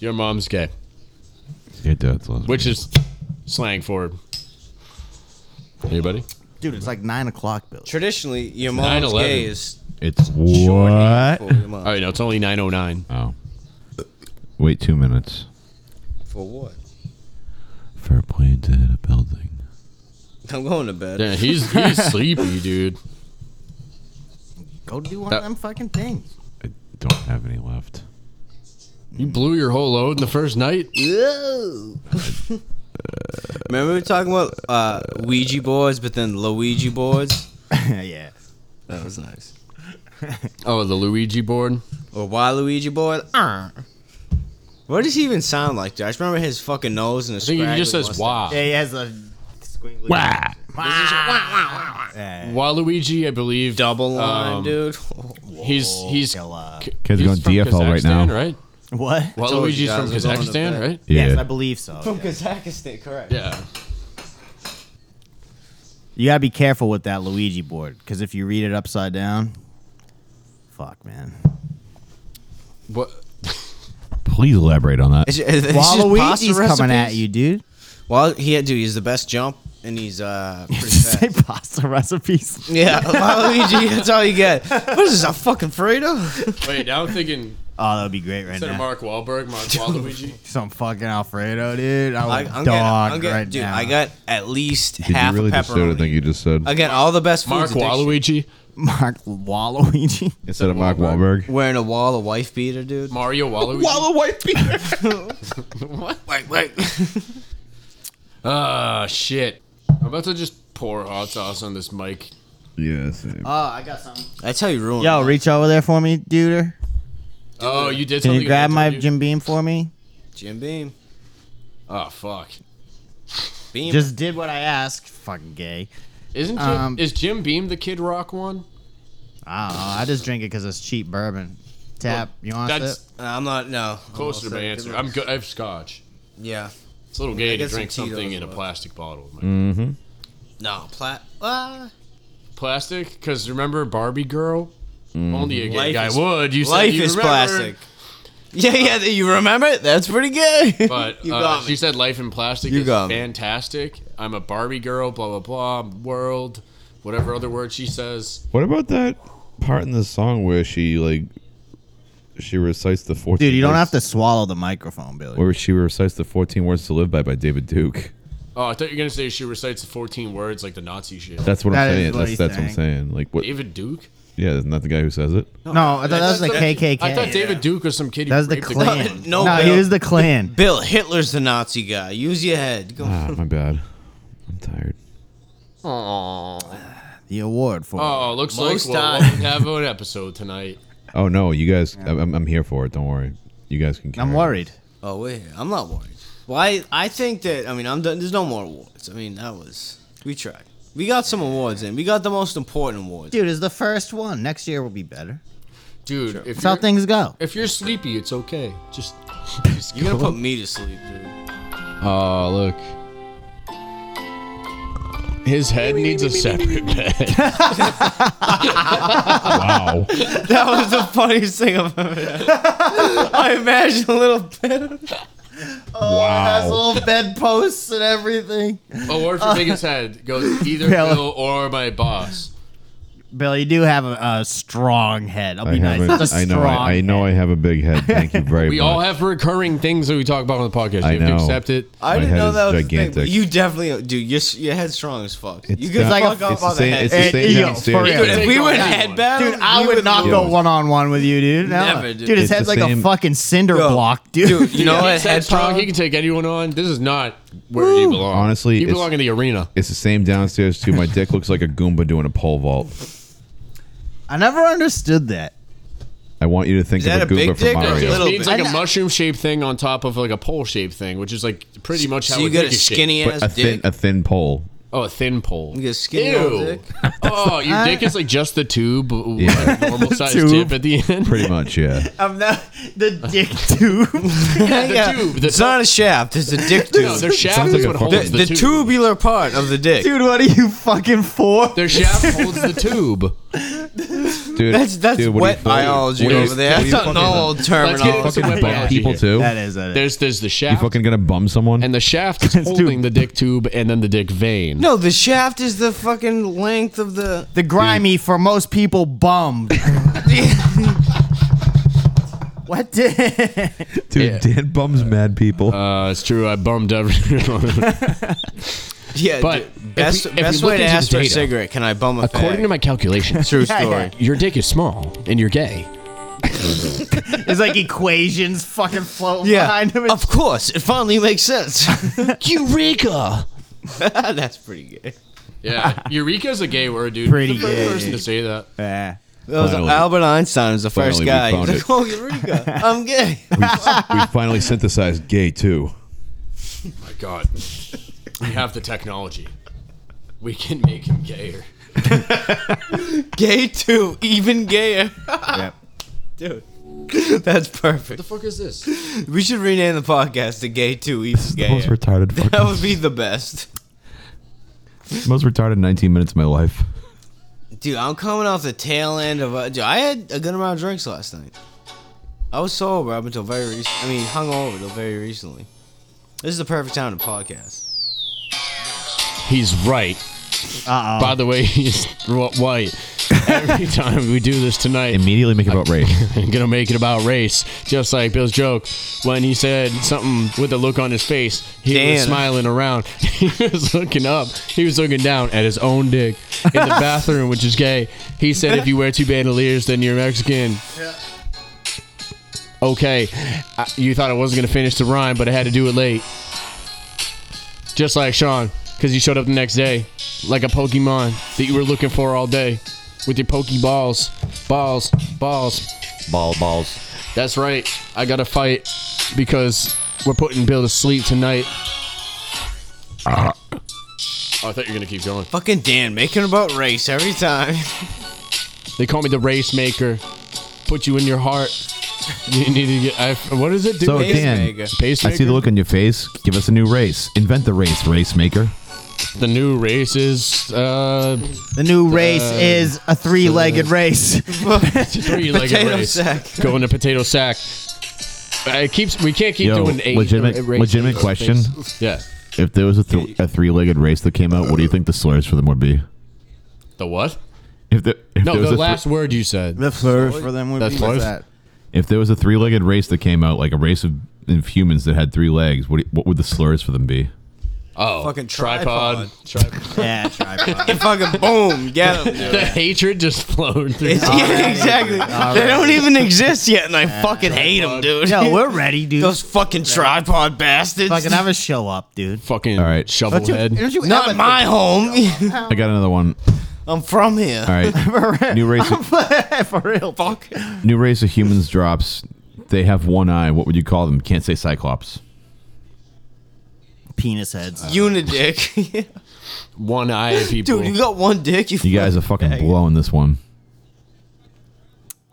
Speaker 2: your mom's gay,
Speaker 4: Your dad's lesbian.
Speaker 2: which is slang for anybody.
Speaker 1: Dude, it's like 9 o'clock, Billy.
Speaker 6: Traditionally, your mom's
Speaker 2: 9/11.
Speaker 6: gay is
Speaker 4: it's
Speaker 6: short
Speaker 4: what?
Speaker 6: hand for your mom.
Speaker 2: All right, no, it's only nine oh nine.
Speaker 4: Oh. Wait two minutes
Speaker 6: For what?
Speaker 4: for a plane to hit a building.
Speaker 6: I'm going to bed.
Speaker 2: Yeah, he's he's sleepy, dude.
Speaker 1: Go do one
Speaker 2: That-
Speaker 1: of them fucking things.
Speaker 4: I don't have any left.
Speaker 2: You blew your whole load in the first night.
Speaker 6: Remember we were talking about uh, Ouija boards, but then Luigi boards.
Speaker 1: yeah.
Speaker 6: That was nice.
Speaker 2: Oh, the Luigi board.
Speaker 6: Or why Luigi board? Arr. What does he even sound like? Dude? I just remember his fucking nose and his.
Speaker 2: I think he just says "Wow."
Speaker 1: Yeah, he has a squiggly.
Speaker 4: Wah.
Speaker 1: Yeah.
Speaker 2: Waluigi, I believe.
Speaker 6: double line,
Speaker 2: um,
Speaker 6: dude.
Speaker 2: He's he's
Speaker 1: Killer.
Speaker 2: k-
Speaker 4: Kids
Speaker 2: he's
Speaker 4: going
Speaker 2: from
Speaker 4: DFL right now.
Speaker 2: Kazakhstan, Right.
Speaker 1: uh, What?
Speaker 6: told
Speaker 2: Waluigi's
Speaker 6: you guys
Speaker 2: from
Speaker 6: was going to
Speaker 2: Kazakhstan,
Speaker 6: bed.
Speaker 2: right?
Speaker 4: Yeah.
Speaker 1: Yes, I believe so.
Speaker 6: From Kazakhstan, correct?
Speaker 2: Yeah.
Speaker 1: You gotta be careful with that Luigi board, because if you read it upside down, fuck, man.
Speaker 2: What?
Speaker 4: Please elaborate on that.
Speaker 6: It's, it's just pasta
Speaker 1: Waluigi's coming at
Speaker 6: recipes.
Speaker 1: you, dude.
Speaker 6: Well, he had, dude, he's the best jump, and he's uh pretty fast.
Speaker 1: Say pasta recipes.
Speaker 6: yeah, Waluigi, that's all you get. What is this, a fucking Fredo?
Speaker 2: Wait, now I'm thinking
Speaker 1: Oh, that'd be great right
Speaker 2: instead of
Speaker 1: now.
Speaker 2: Mark Wahlberg, Mark Waluigi.
Speaker 1: Some fucking Alfredo, dude. I
Speaker 6: I,
Speaker 1: would
Speaker 6: I'm
Speaker 1: Oh, dog
Speaker 6: getting, I'm getting,
Speaker 1: right
Speaker 6: dude,
Speaker 1: now.
Speaker 6: I got at least
Speaker 5: Did
Speaker 6: half
Speaker 5: you really
Speaker 6: a
Speaker 5: just say the thing
Speaker 6: pepperoni.
Speaker 5: you just said?
Speaker 6: I got all the best
Speaker 2: Mark
Speaker 6: foods. addiction.
Speaker 2: Waluigi,
Speaker 1: Mark Waluigi.
Speaker 5: Instead of Mark Wahlberg?
Speaker 6: Wearing a wall of wife beater, dude.
Speaker 2: Mario Waluigi.
Speaker 6: wife beater.
Speaker 2: what?
Speaker 6: wait, wait.
Speaker 2: Ah, shit. I'm about to just pour hot sauce on this mic.
Speaker 5: Yeah, same.
Speaker 1: Oh, I got something.
Speaker 6: That's how you ruin.
Speaker 1: Yo,
Speaker 6: it.
Speaker 1: reach over there for me, dude.
Speaker 2: Oh, you did
Speaker 1: Can
Speaker 2: something.
Speaker 1: you grab
Speaker 2: to
Speaker 1: my
Speaker 2: you?
Speaker 1: Jim Beam for me?
Speaker 6: Jim Beam.
Speaker 2: Oh fuck.
Speaker 6: Beam.
Speaker 1: Just did what I asked. Fucking gay.
Speaker 2: Isn't Jim,
Speaker 1: Um,
Speaker 2: is Jim Beam the Kid Rock one?
Speaker 6: Oh,
Speaker 1: I don't know. I just drink it because it's cheap bourbon. Tap. You want
Speaker 2: That's
Speaker 1: it?
Speaker 6: Uh, I'm not. No. I'm
Speaker 2: closer to
Speaker 6: all
Speaker 2: my
Speaker 6: set.
Speaker 2: answer. I'm good. I have scotch.
Speaker 6: Yeah.
Speaker 2: It's a little gay to
Speaker 6: guess
Speaker 2: drink
Speaker 6: some Tito's
Speaker 2: something in a
Speaker 6: left.
Speaker 2: plastic bottle. Like,
Speaker 1: Mm.
Speaker 6: No. Plat. Uh,
Speaker 2: Plastic? Because remember Barbie Girl?
Speaker 1: Mm.
Speaker 2: Only a gay
Speaker 6: Life
Speaker 2: guy
Speaker 6: is-
Speaker 2: would. You said
Speaker 6: life
Speaker 2: you
Speaker 6: is
Speaker 2: remembered. Uh,
Speaker 6: plastic. Yeah, yeah. that- You remember it? That's pretty gay.
Speaker 2: But
Speaker 6: you
Speaker 2: uh,
Speaker 6: got
Speaker 2: she
Speaker 6: me.
Speaker 2: said life in plastic
Speaker 6: You
Speaker 2: is
Speaker 6: got me.
Speaker 2: fantastic. I'm a Barbie girl, blah, blah, blah, world, whatever other word she says.
Speaker 5: What about that part in the song where she like she recites the fourteen?
Speaker 1: Dude, you don't have
Speaker 5: words-
Speaker 1: to swallow the microphone, Billy.
Speaker 5: Where she recites the fourteen words to live by by David Duke.
Speaker 2: Oh, I thought you were going to say she recites the 14 words like the Nazi shit.
Speaker 5: That's what
Speaker 1: That
Speaker 5: I'm
Speaker 1: is
Speaker 5: saying.
Speaker 1: what
Speaker 5: That's
Speaker 1: he's
Speaker 5: that's what I'm
Speaker 1: saying.
Speaker 5: saying. Like what?
Speaker 2: David Duke?
Speaker 5: Yeah, isn't that the guy who says it?
Speaker 1: No, I thought that was the KKK.
Speaker 2: I thought David Duke was some kid who
Speaker 1: that was the
Speaker 2: raped a
Speaker 1: Klan.
Speaker 2: girl.
Speaker 6: No,
Speaker 1: No, he
Speaker 6: Bill.
Speaker 1: was the Klan.
Speaker 6: Bill Hitler's the Nazi guy. Use your head. Go.
Speaker 5: Ah, my bad. I'm tired.
Speaker 1: The award for
Speaker 2: Oh, looks
Speaker 6: Most
Speaker 2: like we'll,
Speaker 6: times.
Speaker 2: we'll have an episode tonight.
Speaker 5: Oh no, you guys, I- I'm, I'm here for it. Don't worry. You guys can. Carry
Speaker 1: I'm
Speaker 5: on.
Speaker 1: worried.
Speaker 6: Oh wait, I'm not worried. Well, I, I think that I mean I'm done. There's no more awards. I mean that was we tried. We got some awards in. We got the most important awards.
Speaker 1: Dude, it's the first one. Next year will be better.
Speaker 2: Dude, if
Speaker 1: That's how
Speaker 2: you're,
Speaker 1: things go.
Speaker 2: if you're sleepy, it's okay. Just. just
Speaker 6: You're gonna
Speaker 2: go.
Speaker 6: put me to sleep, dude.
Speaker 5: Ah,
Speaker 2: Oh, look. His head needs a separate bed.
Speaker 5: Wow.
Speaker 6: That was the funniest thing I've ever done. I imagine a little bit.
Speaker 5: wow.
Speaker 1: little bedposts and everything.
Speaker 2: Oh, or if your biggest head goes either
Speaker 1: Bill.
Speaker 2: Bill or my boss.
Speaker 1: Bill, you do have a, a strong head. I'll
Speaker 5: I,
Speaker 1: be nice.
Speaker 5: haven't-
Speaker 1: It's a
Speaker 5: I know.
Speaker 1: strong
Speaker 5: I, I know. I have a big head. Thank you very
Speaker 2: We
Speaker 5: much.
Speaker 2: all have recurring things that we talk about on the podcast. You
Speaker 5: I
Speaker 2: have to
Speaker 5: know.
Speaker 2: accept it.
Speaker 5: My
Speaker 6: I didn't
Speaker 5: head
Speaker 6: know
Speaker 5: is
Speaker 6: that was gigantic.
Speaker 5: gigantic.
Speaker 6: You definitely, dude. Your s- your head's strong as fuck.
Speaker 5: It's
Speaker 6: you could
Speaker 5: not-
Speaker 6: fuck up
Speaker 5: it's the
Speaker 6: on the
Speaker 5: same-
Speaker 6: head.
Speaker 5: it's the
Speaker 1: Hey,
Speaker 5: same
Speaker 1: yo,
Speaker 5: damn
Speaker 1: for
Speaker 5: series.
Speaker 1: real.
Speaker 6: If we
Speaker 2: Take
Speaker 6: were in
Speaker 2: on
Speaker 6: head
Speaker 2: anyone.
Speaker 6: battle,
Speaker 1: Dude, I
Speaker 6: we
Speaker 1: would not go
Speaker 5: lose.
Speaker 1: one on one with you, dude. No.
Speaker 6: Never, dude.
Speaker 1: dude. his
Speaker 5: It's the
Speaker 1: head's like a
Speaker 5: same-
Speaker 1: fucking cinder
Speaker 6: Yo,
Speaker 1: block, dude.
Speaker 6: dude, you know
Speaker 2: He
Speaker 6: what?
Speaker 2: said
Speaker 6: Head
Speaker 2: strong.
Speaker 6: power.
Speaker 2: He can take anyone on. This is not where you belong.
Speaker 5: Honestly,
Speaker 2: you
Speaker 5: it's-
Speaker 2: belong in the arena.
Speaker 5: It's the same downstairs too. My dick looks like a Goomba doing a pole vault.
Speaker 1: I never understood that.
Speaker 5: I want you to think
Speaker 6: Is that
Speaker 5: of
Speaker 6: a
Speaker 5: a Goomba
Speaker 6: big
Speaker 5: from
Speaker 6: dick or a
Speaker 5: Mario.
Speaker 2: It
Speaker 6: little
Speaker 2: means
Speaker 6: bit.
Speaker 2: like
Speaker 1: I
Speaker 2: a
Speaker 1: know.
Speaker 2: mushroom shaped thing on top of like a pole shaped thing, which is like pretty much how
Speaker 6: So you
Speaker 2: a
Speaker 6: got a
Speaker 2: dick is shaped.
Speaker 6: skinny
Speaker 5: but uh,
Speaker 6: ass
Speaker 5: a thin,
Speaker 6: dick.
Speaker 5: a thin pole.
Speaker 2: Oh, a thin pole.
Speaker 6: You get a skinny little dick.
Speaker 2: oh, your dick is like just the tube, with
Speaker 5: Yeah.
Speaker 2: a normal size
Speaker 1: Tube.
Speaker 2: tip at the end.
Speaker 5: Pretty much, yeah.
Speaker 1: I'm not the dick tube.
Speaker 6: Yeah.
Speaker 2: tube, the-
Speaker 6: it's not a shaft. It's a dick
Speaker 2: No,
Speaker 6: tube.
Speaker 2: their shaft
Speaker 5: Sounds
Speaker 2: is
Speaker 5: like
Speaker 2: what
Speaker 5: a
Speaker 6: the,
Speaker 2: holds the,
Speaker 6: the
Speaker 2: tube.
Speaker 6: tubular part of the dick.
Speaker 1: Dude, what are you fucking for?
Speaker 2: Their shaft holds the tube.
Speaker 5: Dude,
Speaker 6: That's that's
Speaker 5: dude, what do you
Speaker 6: wet
Speaker 5: fucking-
Speaker 6: biology
Speaker 5: what do you-
Speaker 6: over there.
Speaker 5: what do you
Speaker 6: That's an
Speaker 5: fucking-
Speaker 6: old
Speaker 2: Let's get into
Speaker 6: terminology.
Speaker 2: some wet
Speaker 5: Bum
Speaker 2: biology
Speaker 5: people
Speaker 2: here.
Speaker 5: too.
Speaker 1: That is that is.
Speaker 2: There's there's the
Speaker 5: You
Speaker 2: shaft,
Speaker 5: fucking gonna bum someone?
Speaker 2: and the shaft is holding the dick tube, and then the dick vein.
Speaker 6: No, the shaft is the fucking length of the.
Speaker 1: the grimy for most people bummed. what did?
Speaker 5: dude,
Speaker 2: Yeah.
Speaker 5: Dan bums mad people.
Speaker 2: Uh, it's true. I bummed everyone.
Speaker 6: Yeah,
Speaker 2: But
Speaker 6: dude,
Speaker 2: if we-
Speaker 6: best
Speaker 2: if we
Speaker 6: best
Speaker 2: look
Speaker 6: way to
Speaker 2: into the
Speaker 6: ask for a
Speaker 2: data-
Speaker 6: cigarette. Can I bum a
Speaker 2: According
Speaker 6: fag?
Speaker 2: to my calculations,
Speaker 6: true
Speaker 1: Yeah,
Speaker 6: story.
Speaker 1: yeah.
Speaker 2: your dick is small, and you're gay.
Speaker 1: It's like equations fucking floating
Speaker 6: Yeah,
Speaker 1: behind him.
Speaker 6: of course, it finally makes sense.
Speaker 2: Eureka!
Speaker 6: That's pretty gay.
Speaker 2: Yeah, Eureka's a gay word, dude.
Speaker 1: Pretty
Speaker 2: the first
Speaker 1: gay.
Speaker 2: person to say that.
Speaker 1: Yeah.
Speaker 6: That was
Speaker 5: Finally.
Speaker 6: Albert Einstein was the first
Speaker 5: Finally, we
Speaker 6: guy. He was
Speaker 5: found
Speaker 6: like, "Oh, Eureka! I'm gay."
Speaker 5: we finally synthesized gay too.
Speaker 2: My God, we have the technology. We can make him gayer.
Speaker 6: gay too, even gayer.
Speaker 1: Yep.
Speaker 6: Dude, that's perfect.
Speaker 2: The fuck is this?
Speaker 6: We should rename the podcast to Gay Too Even
Speaker 4: Most
Speaker 6: Gayer.
Speaker 4: retarded,
Speaker 6: That
Speaker 4: fucking,
Speaker 6: would be the best.
Speaker 4: most retarded 19 minutes of my life.
Speaker 6: Dude, I'm coming off the tail end of. A, dude, I had a good amount of drinks last night. I was sober up until very recently. I mean, hungover till very recently. This is the perfect time to podcast.
Speaker 2: He's right.
Speaker 1: Uh
Speaker 2: By the way, he's wh- white. Every time we do this tonight,
Speaker 4: Immediately make it about race.
Speaker 2: I'm gonna make it about race, just like Bill's joke when he said something with a look on his face. He was
Speaker 6: Dan.
Speaker 2: smiling around. He was looking up. He was looking down at his own dick in the bathroom, which is gay. He said, "If you wear two bandoliers, then you're Mexican." Okay, I, you thought I wasn't gonna finish the rhyme, but I had to do it late. Just like Sean, because you showed up the next day like a Pokemon that you were looking for all day with your Pokeballs, balls, balls.
Speaker 4: Ball balls.
Speaker 2: That's right. I gotta fight because we're putting Bill to sleep tonight. Oh, I thought you were gonna keep going.
Speaker 6: Fucking Dan making about race every time.
Speaker 2: They call me the race maker. Put you in your heart. You need to get. I, what is it? Dude?
Speaker 4: So
Speaker 6: Race
Speaker 4: Dan,
Speaker 6: maker.
Speaker 4: I see the look on your face. Give us a new race. Invent the race, race maker.
Speaker 2: The new race is uh,
Speaker 1: The new race is a three-legged race.
Speaker 2: three-legged
Speaker 6: Potato
Speaker 2: race.
Speaker 6: sack.
Speaker 2: Going to potato sack. I keeps. We can't keep
Speaker 4: Yo,
Speaker 2: doing eight.
Speaker 4: legitimate-
Speaker 2: uh, race-
Speaker 4: legitimate question.
Speaker 2: Yeah.
Speaker 4: If there was a, th- a three-legged race that came out, what do you think the slurs for them would be?
Speaker 2: The what?
Speaker 4: If there, if
Speaker 2: No,
Speaker 4: there was
Speaker 2: the
Speaker 4: a thr-
Speaker 2: last word you said.
Speaker 1: The slurs for them would
Speaker 2: The
Speaker 1: be
Speaker 2: slurs?
Speaker 1: what's that.
Speaker 4: if there was a three-legged race that came out, like a race of, of humans that had three legs, what, do- what would the slurs for them be?
Speaker 2: Oh,
Speaker 6: Fucking
Speaker 2: Tripod.
Speaker 1: Yeah, tripod.
Speaker 6: Fucking boom, get him.
Speaker 2: the hatred just flowed through.
Speaker 6: It's, yeah, exactly. They don't even exist yet, and I fucking hate them, dude.
Speaker 1: Yo, Oh, we're ready, dude.
Speaker 6: Those fucking tripod bastards.
Speaker 1: fucking have us show up, dude.
Speaker 2: fucking
Speaker 4: All right.
Speaker 2: shovel head.
Speaker 1: you
Speaker 6: Not my home.
Speaker 4: I got another one.
Speaker 6: I'm from here.
Speaker 4: All right, new race, of,
Speaker 1: for real.
Speaker 6: Fuck.
Speaker 4: new race of humans drops. They have one eye. What would you call them? Can't say cyclops.
Speaker 1: Penis heads.
Speaker 6: Unidick.
Speaker 2: One eye people.
Speaker 6: Dude, you got one dick. You,
Speaker 4: You guys are fucking blowing this one.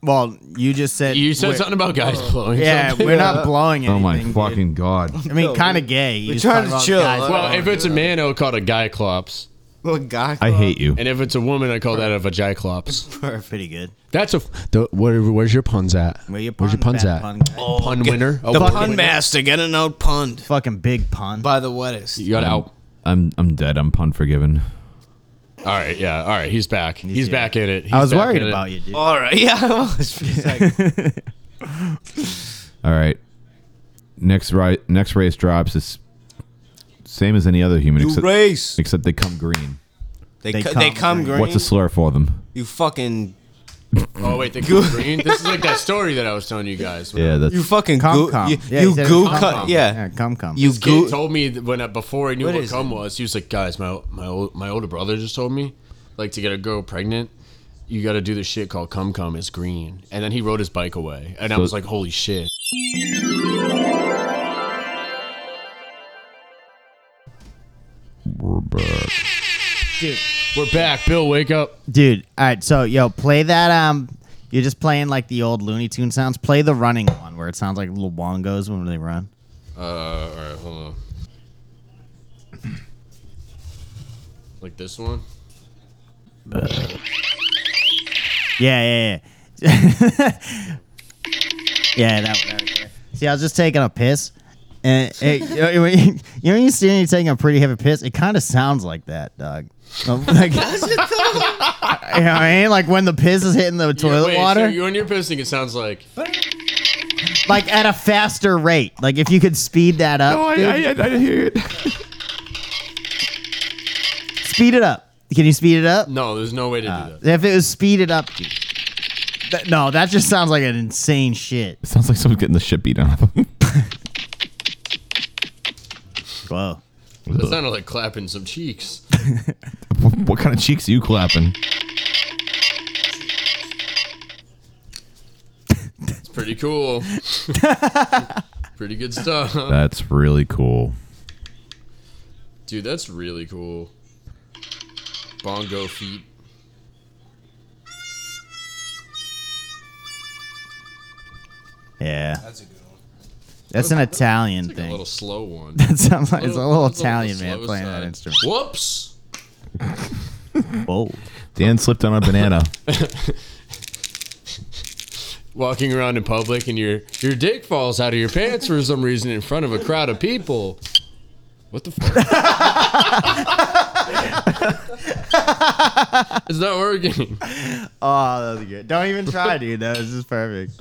Speaker 1: Well, you just said
Speaker 2: You said
Speaker 1: we're-
Speaker 2: something about guys blowing.
Speaker 1: Oh. Yeah,
Speaker 2: something.
Speaker 1: we're not blowing anything.
Speaker 4: Oh my
Speaker 1: dude.
Speaker 4: fucking god!
Speaker 1: I mean, kind of gay. You just talk
Speaker 6: trying to
Speaker 1: about
Speaker 6: chill.
Speaker 1: guys
Speaker 2: Well,
Speaker 1: blowing.
Speaker 2: if it's a man, I would call it a guy clops,
Speaker 6: Well, guy.
Speaker 4: I hate you.
Speaker 2: and if it's a woman, I call that a vagi clops.
Speaker 1: pretty good.
Speaker 2: That's a. f- The, where, where's your puns at?
Speaker 1: Where your
Speaker 2: where's your
Speaker 1: pun-
Speaker 2: puns
Speaker 1: bad
Speaker 2: at?
Speaker 1: pun
Speaker 2: Pun,
Speaker 1: guy?
Speaker 2: winner. Oh,
Speaker 6: The
Speaker 2: pun-
Speaker 6: pun master getting out punned
Speaker 1: Fucking big pun.
Speaker 6: by the wettest.
Speaker 2: you got out.
Speaker 4: I'm I'm dead. I'm pun forgiven.
Speaker 2: All right, yeah. All right, he's back. He's,
Speaker 1: here.
Speaker 2: back in it. He's
Speaker 1: I was
Speaker 2: back
Speaker 1: worried
Speaker 2: in it.
Speaker 1: about you, dude.
Speaker 6: All right. Yeah, I was. for a second.
Speaker 4: All right. Next ri- next race drops is same as any other human
Speaker 6: You
Speaker 4: except
Speaker 6: race.
Speaker 4: except they come green.
Speaker 6: They,
Speaker 1: They
Speaker 6: co-
Speaker 1: come
Speaker 6: they come
Speaker 1: green.
Speaker 6: green.
Speaker 4: What's a slur for them?
Speaker 6: you fucking
Speaker 2: Oh wait, the green. This is like that story that I was telling you guys. when I
Speaker 4: Yeah, that's
Speaker 6: you fucking
Speaker 1: Cum
Speaker 6: goo.
Speaker 1: cum.
Speaker 6: You,
Speaker 1: Yeah, he
Speaker 6: you
Speaker 1: said it
Speaker 6: goo.
Speaker 1: was cum
Speaker 6: cut-
Speaker 2: cum.
Speaker 1: Yeah,
Speaker 6: yeah.
Speaker 1: come come.
Speaker 6: You
Speaker 2: kid
Speaker 6: goo.
Speaker 2: told me that when I, before I knew
Speaker 6: What
Speaker 2: what,
Speaker 6: is
Speaker 2: cum
Speaker 6: it?
Speaker 2: was, he was like, "Guys, my my old, my older brother just told me, like, to get a girl pregnant, you got to do this shit called cum cum. It's green." And then he rode his bike away, and I was like, "Holy shit!"
Speaker 1: Dude.
Speaker 2: We're back. Bill, wake up.
Speaker 1: Dude, all right, so yo, play that. Um, you're just playing like the old Looney Tune sounds. Play the running one where it sounds like little bongos when they run.
Speaker 2: Uh, all right, hold on. Like this one?
Speaker 1: Yeah, yeah, yeah. yeah, that. that was good. See, I was just taking a piss, and it, you, know, when you, you know when you see me taking a pretty heavy piss, it kind of sounds like that, dog. Um, Like, you know what I mean? Like when the piss is hitting the
Speaker 2: Yeah,
Speaker 1: toilet
Speaker 2: wait, so
Speaker 1: water,
Speaker 2: you- when you're pissing, it sounds like.
Speaker 1: like at a faster rate. Like if you could speed that up, dude,
Speaker 4: Oh, I hear it.
Speaker 1: speed it up. Can you speed it up?
Speaker 2: No, there's no way to do that.
Speaker 1: If it was speeded up, dude. That- no, that just sounds like an insane shit.
Speaker 4: Sounds like someone's getting the shit beat out of them.
Speaker 1: Whoa.
Speaker 2: That sounded like clapping some cheeks.
Speaker 4: what kind of cheeks are you clapping?
Speaker 2: It's pretty cool. pretty good stuff.
Speaker 4: That's really cool.
Speaker 2: Dude, that's really cool. Bongo feet.
Speaker 1: Yeah.
Speaker 6: That's a good one.
Speaker 1: That's an Italian
Speaker 2: Like a little
Speaker 1: thing.
Speaker 2: slow one.
Speaker 1: That sounds like it's a little
Speaker 2: That's on the
Speaker 1: Italian man
Speaker 2: slow
Speaker 1: playing that
Speaker 2: side.
Speaker 1: instrument.
Speaker 2: Whoops.
Speaker 1: Whoa.
Speaker 4: Dan slipped on a banana.
Speaker 2: Walking around in public and your your dick falls out of your pants for some reason in front of a crowd of people. What the fuck? it's not working.
Speaker 1: Oh, that was good. Don't even try, dude. That was just perfect.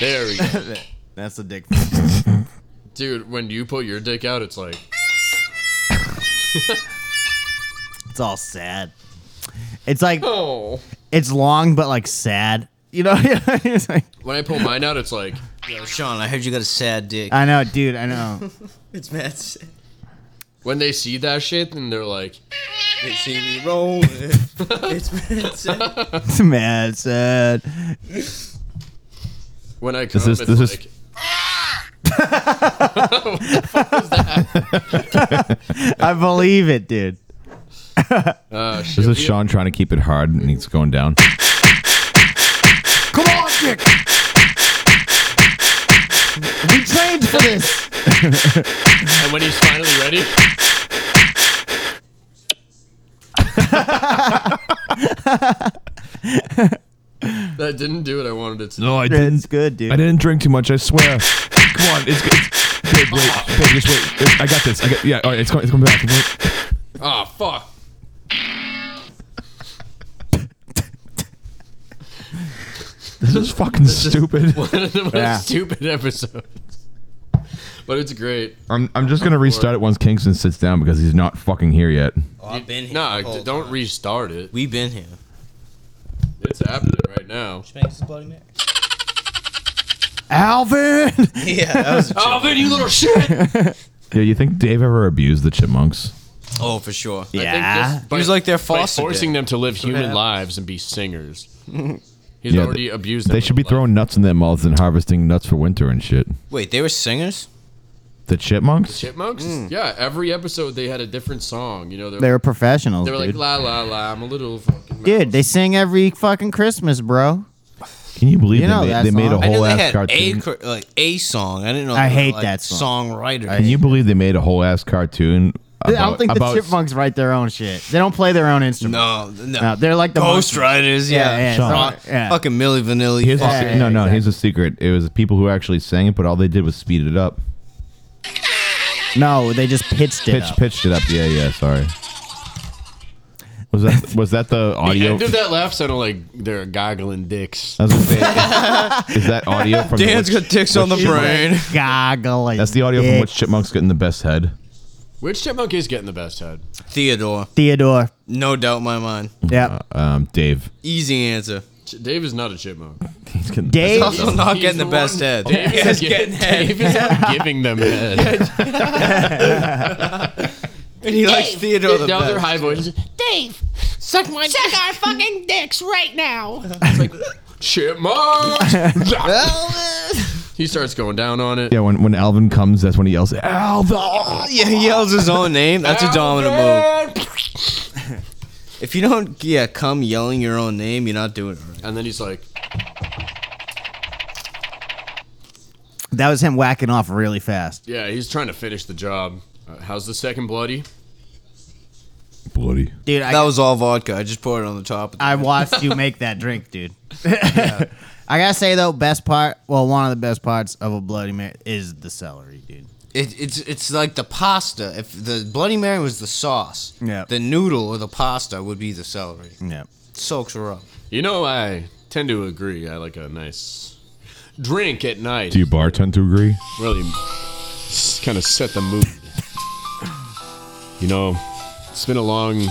Speaker 2: There we go.
Speaker 1: That's a dick.
Speaker 2: Dude, when you pull your dick out, it's like
Speaker 1: It's all sad. It's like
Speaker 2: oh.
Speaker 1: it's long but like sad. You know? It's like-
Speaker 2: When I pull mine out, it's like
Speaker 6: Yo, Sean, I heard you got a sad dick.
Speaker 1: I know, dude. I know.
Speaker 6: it's mad. sad.
Speaker 2: when they see that shit and they're like,
Speaker 6: They see me rolling. it's mad. sad.
Speaker 1: It's mad sad.
Speaker 2: when I come,
Speaker 4: is-
Speaker 2: it's
Speaker 4: this is-
Speaker 2: like
Speaker 1: I believe it, dude.
Speaker 2: uh, shit.
Speaker 4: This is Sean trying to keep it hard and he's going down.
Speaker 1: We trained for this.
Speaker 2: And when he's finally ready, that didn't do what I wanted it to. do.
Speaker 4: No, I
Speaker 1: It's good, dude.
Speaker 4: I didn't drink too much. I swear. Come on, it's good. Babe, wait, babe, just wait. It- I got this. I got, yeah, all right, it's going, it's coming back. Wait.
Speaker 2: Ah, fuck.
Speaker 4: This is fucking stupid.
Speaker 2: One of the most
Speaker 1: Yeah.
Speaker 2: stupid episodes. But it's great.
Speaker 4: I'm, I'm just gonna restart it once Kingston sits down because he's not fucking here yet.
Speaker 6: Oh, I've been here.
Speaker 2: Nah,
Speaker 6: the whole
Speaker 2: don't
Speaker 6: time.
Speaker 2: restart it.
Speaker 6: We've been here.
Speaker 2: It's happening right now.
Speaker 6: Spanks is bloody Mary.
Speaker 1: Alvin.
Speaker 6: Yeah, that was.
Speaker 2: Oh, man, you little shit!
Speaker 4: Yeah, you think Dave ever abused the chipmunks?
Speaker 6: oh, for sure.
Speaker 1: Yeah.
Speaker 2: By-
Speaker 6: was like their
Speaker 2: by
Speaker 6: foster
Speaker 2: forcing
Speaker 6: dad.
Speaker 2: them to live human
Speaker 6: happens.
Speaker 2: lives and be singers. He's
Speaker 4: Yeah,
Speaker 2: already abused them.
Speaker 4: They should be throwing nuts in their mouths and harvesting nuts for winter and shit.
Speaker 6: Wait, they were singers?
Speaker 4: The chipmunks?
Speaker 2: Chipmunks? Yeah, every episode they had a different song. You know, they're,
Speaker 1: They were professionals,
Speaker 2: They were like
Speaker 1: dude.
Speaker 2: la la la. I'm a little fucking
Speaker 1: dude, they sing every fucking Christmas, bro.
Speaker 4: Can you believe
Speaker 1: You know
Speaker 4: they, made,
Speaker 1: that
Speaker 4: they made a
Speaker 1: song. I
Speaker 6: I knew
Speaker 4: whole
Speaker 6: they
Speaker 4: ass
Speaker 6: had
Speaker 4: cartoon?
Speaker 6: a cr- like a song. I didn't know.
Speaker 1: I
Speaker 6: they were,
Speaker 1: hate
Speaker 6: like,
Speaker 1: that song.
Speaker 6: Songwriter.
Speaker 4: Can you believe they made a whole ass cartoon? About,
Speaker 1: I don't think the
Speaker 4: about
Speaker 1: chipmunks write their own shit. They don't play their own instruments.
Speaker 6: no, no,
Speaker 1: No, they're like the
Speaker 6: Ghost
Speaker 1: monkeys.
Speaker 6: Riders.
Speaker 1: Yeah,
Speaker 6: Yeah,
Speaker 1: yeah,
Speaker 6: Fuck-
Speaker 1: song- yeah.
Speaker 6: Fucking Millie Vanilli.
Speaker 4: Here's the
Speaker 6: fuck-
Speaker 4: se-
Speaker 1: yeah,
Speaker 4: no, no.
Speaker 1: exactly.
Speaker 4: Here's the secret. It was people who actually sang it, but all they did was speed it up.
Speaker 1: No, they just pitched it.
Speaker 4: Pitch,
Speaker 1: up.
Speaker 4: pitched it up. Yeah, yeah. Sorry. Was that was that the
Speaker 2: Yeah,
Speaker 4: audio?
Speaker 2: I did that laugh sounded like they're goggling dicks.
Speaker 1: Uh,
Speaker 4: I was gonna say, is that audio from the
Speaker 6: Dan's
Speaker 4: which-
Speaker 6: got dicks on the brain.
Speaker 1: Goggling.
Speaker 4: That's the audio from
Speaker 1: dick.
Speaker 4: which chipmunks getting the best head.
Speaker 2: Which chipmunk is getting the best head?
Speaker 6: Theodore,
Speaker 1: Theodore.
Speaker 4: Uh,
Speaker 6: no doubt in my mind.
Speaker 1: Yep.
Speaker 4: Um, Dave.
Speaker 6: Easy answer.
Speaker 2: Ch- Dave is not a chipmunk.
Speaker 4: He's getting the
Speaker 1: Dave.
Speaker 4: best head.
Speaker 6: Also not
Speaker 2: He's
Speaker 6: getting the
Speaker 2: one-
Speaker 6: best head.
Speaker 2: Dave is, gi- Dave is not giving them head.
Speaker 6: And he likes Theodore the
Speaker 2: Down their
Speaker 6: best.
Speaker 2: high voices.
Speaker 9: Dave,
Speaker 2: Suck my
Speaker 9: check our fucking dicks right now.
Speaker 2: chipmunk. he starts going down on it.
Speaker 4: Yeah, when when Alvin comes, that's when he yells, "Alvin!"
Speaker 6: yeah, he yells his own name. That's a dominant move.
Speaker 2: Alvin!
Speaker 6: If you don't, yeah, come yelling your own name, you're not doing it right.
Speaker 2: And then he's like,
Speaker 1: That was him whacking off really fast.
Speaker 2: yeah, he's trying to finish the job. Uh, how's the second bloody?
Speaker 4: Bloody.
Speaker 1: Dude,
Speaker 6: that
Speaker 1: I,
Speaker 6: was all vodka. I just poured it on the top. Of the
Speaker 1: I watched you make that drink, dude. I gotta say though, best part, well, one of the best parts of a Bloody Mary is the celery, dude.
Speaker 6: It, it's it's like the pasta. If the Bloody Mary was the sauce,
Speaker 1: Yeah.
Speaker 6: the noodle or the pasta would be the celery.
Speaker 1: Yeah.
Speaker 6: soaks her up.
Speaker 2: You know, I tend to agree. I like a nice drink at night.
Speaker 5: Do you bartend to agree?
Speaker 2: really kind of set the mood. You know, it's been a long,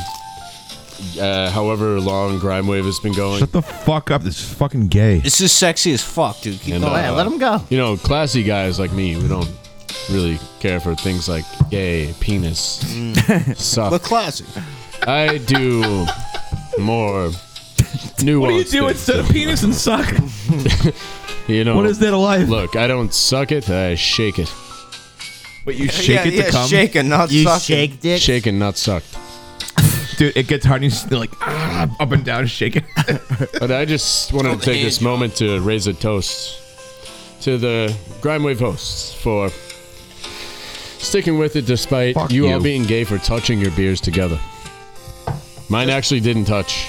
Speaker 2: uh, however long Grime Wave has been going.
Speaker 5: Shut the fuck up. This is fucking gay.
Speaker 6: This is sexy as fuck, dude. Keep
Speaker 2: And,
Speaker 6: going.
Speaker 2: uh,
Speaker 1: Yeah, let him go.
Speaker 2: you know, classy guys like me, we don't really care for things like gay, penis,
Speaker 4: Mm.
Speaker 2: suck.
Speaker 6: But classic.
Speaker 2: I do more nuanced. What
Speaker 4: of penis and suck?
Speaker 2: You know,
Speaker 4: that alive?
Speaker 2: Look, I don't suck it. I shake it.
Speaker 4: Wait, you shake
Speaker 6: yeah,
Speaker 4: it to
Speaker 6: yeah,
Speaker 4: come?
Speaker 6: shake and not
Speaker 1: You
Speaker 6: suck.
Speaker 1: shake dick.
Speaker 2: Shake and not sucked.
Speaker 4: Dude, it gets hard and you just like ah, up and down shaking.
Speaker 2: But I just wanted to take this moment to raise a toast to the Grimewave hosts for sticking with it despite
Speaker 5: Fuck
Speaker 2: you, all
Speaker 5: you.
Speaker 2: being gay for touching your beers together. Mine actually didn't touch.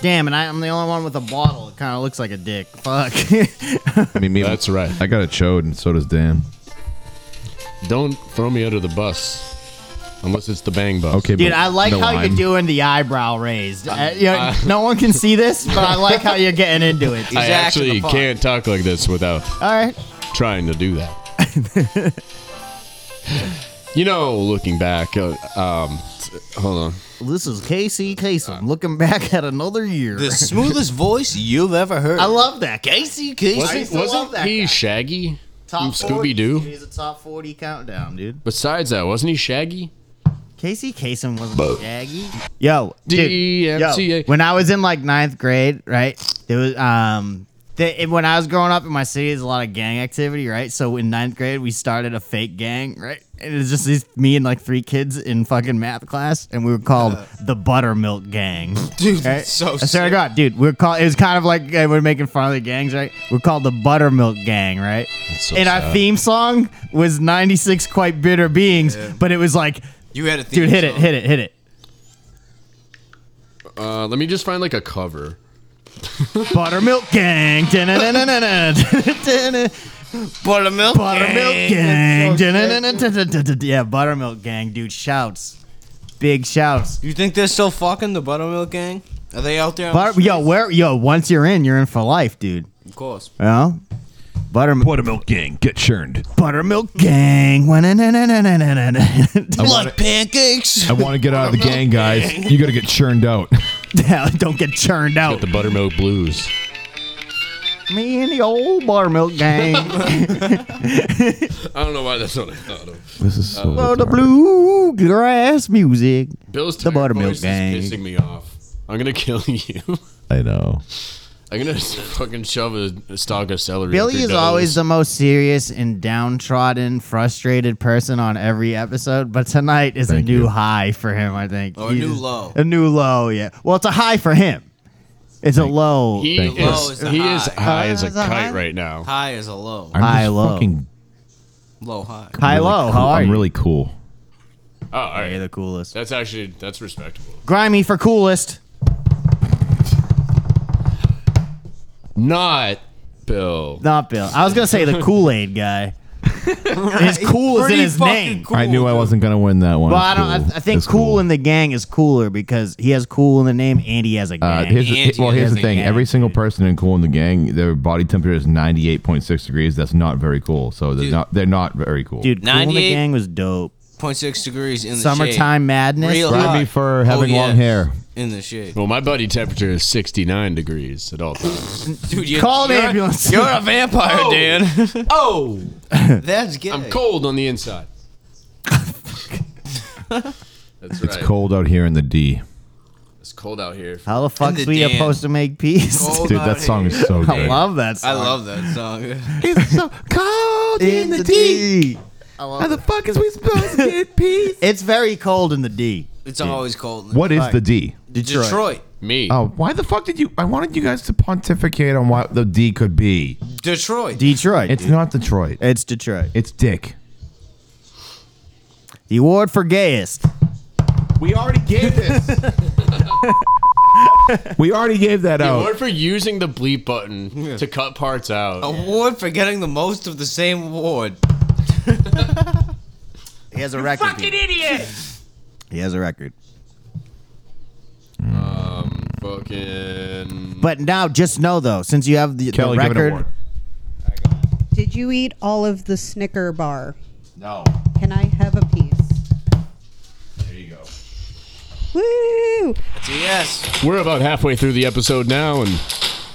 Speaker 1: Damn, and I, I'm the only one with a bottle. It kind of looks like a dick. Fuck.
Speaker 5: I mean, me.
Speaker 2: That's right.
Speaker 5: I got a chode, and so does Dan.
Speaker 2: Don't throw me under the bus. Unless it's the bang bus.
Speaker 5: Okay,
Speaker 1: Dude,
Speaker 5: but
Speaker 1: I like
Speaker 5: no
Speaker 1: how
Speaker 5: lime.
Speaker 1: you're doing the eyebrow raised. Uh, you know, no one can see this, but I like how you're getting into it.
Speaker 2: I
Speaker 6: Exactly
Speaker 2: actually
Speaker 6: the fuck.
Speaker 2: can't talk like this without
Speaker 1: All right.
Speaker 2: trying to do that. you know, looking back, uh, um, t- hold on.
Speaker 1: This is Casey
Speaker 2: Uh,
Speaker 1: Kasem looking back at another year.
Speaker 6: The smoothest voice you've ever heard.
Speaker 1: I love that. Casey Kasem. I
Speaker 2: Wasn't,
Speaker 1: used to love
Speaker 2: wasn't
Speaker 1: that
Speaker 2: he
Speaker 1: guy.
Speaker 2: Shaggy from
Speaker 1: Top 40,
Speaker 2: Scooby Doo?
Speaker 1: dude, He's a top 40 countdown, dude.
Speaker 2: Besides that, wasn't he Shaggy?
Speaker 1: Casey Kasem wasn't shaggy. Yo, dude,
Speaker 2: DMCA.
Speaker 1: yo, when I was in like ninth grade, right? There was um. The, when I was growing up in my city, there's a lot of gang activity, right? So in ninth grade, we started a fake gang, right? And it was just these, me and like three kids in fucking math class, and we were called the Buttermilk Gang.
Speaker 6: dude.
Speaker 1: Right?
Speaker 6: So
Speaker 1: I swear to
Speaker 6: sick.
Speaker 1: God, dude, we're called. It was kind of like uh, we're making fun of the gangs, right? We're called the Buttermilk Gang, right?
Speaker 2: so
Speaker 1: and our
Speaker 2: sad.
Speaker 1: theme song was "96 Quite Bitter Beings," but it was like,
Speaker 6: You had a theme
Speaker 1: dude, hit it,
Speaker 6: song.
Speaker 1: hit it, hit it.
Speaker 2: Uh, let me just find like a cover.
Speaker 1: Buttermilk Gang. Da-na-na-na-na.
Speaker 6: Buttermilk.
Speaker 1: Buttermilk Gang. Da-na-na-na-na-na-na. Yeah, Buttermilk Gang, dude. Shouts. Big shouts.
Speaker 6: You think they're still fucking the Buttermilk gang? Are they out there? on the
Speaker 1: Butter- yo, where yo, once you're in, you're in for life, dude.
Speaker 6: street? Of course.
Speaker 1: Well, buttermilk
Speaker 5: Buttermilk gang, get churned.
Speaker 1: buttermilk gang. Wa-na-na-na-na-na-na-na-na.
Speaker 6: Blood pancakes.
Speaker 5: I want to get out of the gang, guys. You got to get churned out.
Speaker 1: Don't get churned out.
Speaker 2: The Buttermilk Blues.
Speaker 1: Me and the old buttermilk gang.
Speaker 2: I don't know why that's what I thought of.
Speaker 4: This is so
Speaker 1: Oh, the
Speaker 4: retarded.
Speaker 1: blue grass music.
Speaker 2: Bill's
Speaker 1: The
Speaker 2: the
Speaker 1: Buttermilk
Speaker 2: voice
Speaker 1: Gang.
Speaker 2: is pissing me off. I'm gonna kill you.
Speaker 4: I know.
Speaker 2: I'm gonna s- fucking shove a, a stalk of celery. up
Speaker 1: Billy
Speaker 2: your
Speaker 1: is
Speaker 2: nose.
Speaker 1: always the most serious and downtrodden, frustrated person on every episode, but tonight is a
Speaker 4: Thank
Speaker 1: new
Speaker 4: you.
Speaker 1: high for him, I think.
Speaker 6: Or Oh, a
Speaker 1: He's-
Speaker 6: new low.
Speaker 1: A new low, yeah. Well, it's a high for him. It's a low.
Speaker 2: He
Speaker 4: Thank you.
Speaker 6: Low is
Speaker 2: is,
Speaker 6: the
Speaker 2: he is
Speaker 6: high.
Speaker 2: high as a
Speaker 1: Is that high?
Speaker 2: kite right now.
Speaker 6: High is a low.
Speaker 4: I'm
Speaker 1: High,
Speaker 4: just
Speaker 1: low.
Speaker 4: fucking
Speaker 6: Low high.
Speaker 1: high
Speaker 4: really
Speaker 1: low.
Speaker 4: cool.
Speaker 1: How are
Speaker 4: I'm
Speaker 1: you?
Speaker 4: really cool.
Speaker 2: Oh, all
Speaker 1: You're
Speaker 2: right.
Speaker 1: the coolest.
Speaker 2: That's actually that's respectable.
Speaker 1: Grimy for coolest.
Speaker 2: Not Bill.
Speaker 1: Not Bill. I was gonna say the Kool Aid guy. his cool is in
Speaker 6: Pretty
Speaker 1: his
Speaker 6: fucking
Speaker 1: name.
Speaker 6: cool,
Speaker 5: I knew I
Speaker 6: dude.
Speaker 5: wasn't gonna win that one.
Speaker 1: Well, I don't. I,
Speaker 5: Cool.
Speaker 1: I think
Speaker 5: It's
Speaker 1: cool. in the gang is cooler because he has cool in the name and he has a
Speaker 5: Uh,
Speaker 1: gang.
Speaker 5: here's the-
Speaker 6: Andy
Speaker 5: well, here's the
Speaker 1: doesn't
Speaker 5: thing.
Speaker 1: get
Speaker 5: Every
Speaker 1: it.
Speaker 5: single person in Cool in the Gang, their body temperature is 98.6 degrees. That's not very cool. So they're not they're not very cool.
Speaker 1: Dude, cool in the
Speaker 6: 98
Speaker 1: gang was dope.
Speaker 6: 0.6 degrees in the
Speaker 1: Summertime madness.
Speaker 6: Real
Speaker 1: dude.
Speaker 6: hot.
Speaker 5: Grimy for having
Speaker 6: Oh, yeah.
Speaker 5: long hair.
Speaker 6: shade. In the shade.
Speaker 2: Well, my body temperature is 69 degrees at all times.
Speaker 6: Dude, you're,
Speaker 1: Call an
Speaker 6: you're-
Speaker 1: ambulance.
Speaker 6: You're a vampire, Dan.
Speaker 2: oh,
Speaker 6: That's gay.
Speaker 2: I'm cold on the inside. That's right.
Speaker 5: It's cold out here in the D.
Speaker 2: It's cold out here.
Speaker 1: How the fuck
Speaker 6: the
Speaker 1: we
Speaker 6: Dan.
Speaker 1: supposed to make peace?
Speaker 6: Cold
Speaker 5: Dude,
Speaker 6: out
Speaker 5: that song
Speaker 6: here.
Speaker 5: is so
Speaker 1: I
Speaker 5: good.
Speaker 1: love that
Speaker 6: I
Speaker 1: song.
Speaker 6: love that song.
Speaker 4: It's so cold
Speaker 1: in the D. I love it.
Speaker 4: fuck is we supposed to get peace?
Speaker 1: It's very cold in the D.
Speaker 6: It's always cold. in the-
Speaker 5: What is
Speaker 1: Right.
Speaker 5: the D?
Speaker 1: Detroit.
Speaker 6: Detroit.
Speaker 2: Me.
Speaker 5: Oh, why the fuck did you? I wanted you guys to pontificate on what the D could be.
Speaker 6: Detroit.
Speaker 1: Detroit.
Speaker 5: It's
Speaker 1: It's,
Speaker 5: not Detroit.
Speaker 1: Detroit.
Speaker 5: It's Dick.
Speaker 1: The award for gayest.
Speaker 5: We already gave this. we already gave that
Speaker 2: The
Speaker 5: out.
Speaker 2: award for using the bleep button to cut parts out.
Speaker 6: Award for getting the most of the same award.
Speaker 1: He has a record.
Speaker 9: Fucking idiot.
Speaker 1: He has a record.
Speaker 2: Fucking.
Speaker 1: But now, just know though, since you have the, the
Speaker 5: Kelly, give an
Speaker 1: record,
Speaker 5: award.
Speaker 10: Did you eat all of the Snicker bar?
Speaker 5: No.
Speaker 10: Can I have a piece?
Speaker 5: There you go.
Speaker 10: Woo!
Speaker 6: It's a yes.
Speaker 2: We're about halfway through the episode now, and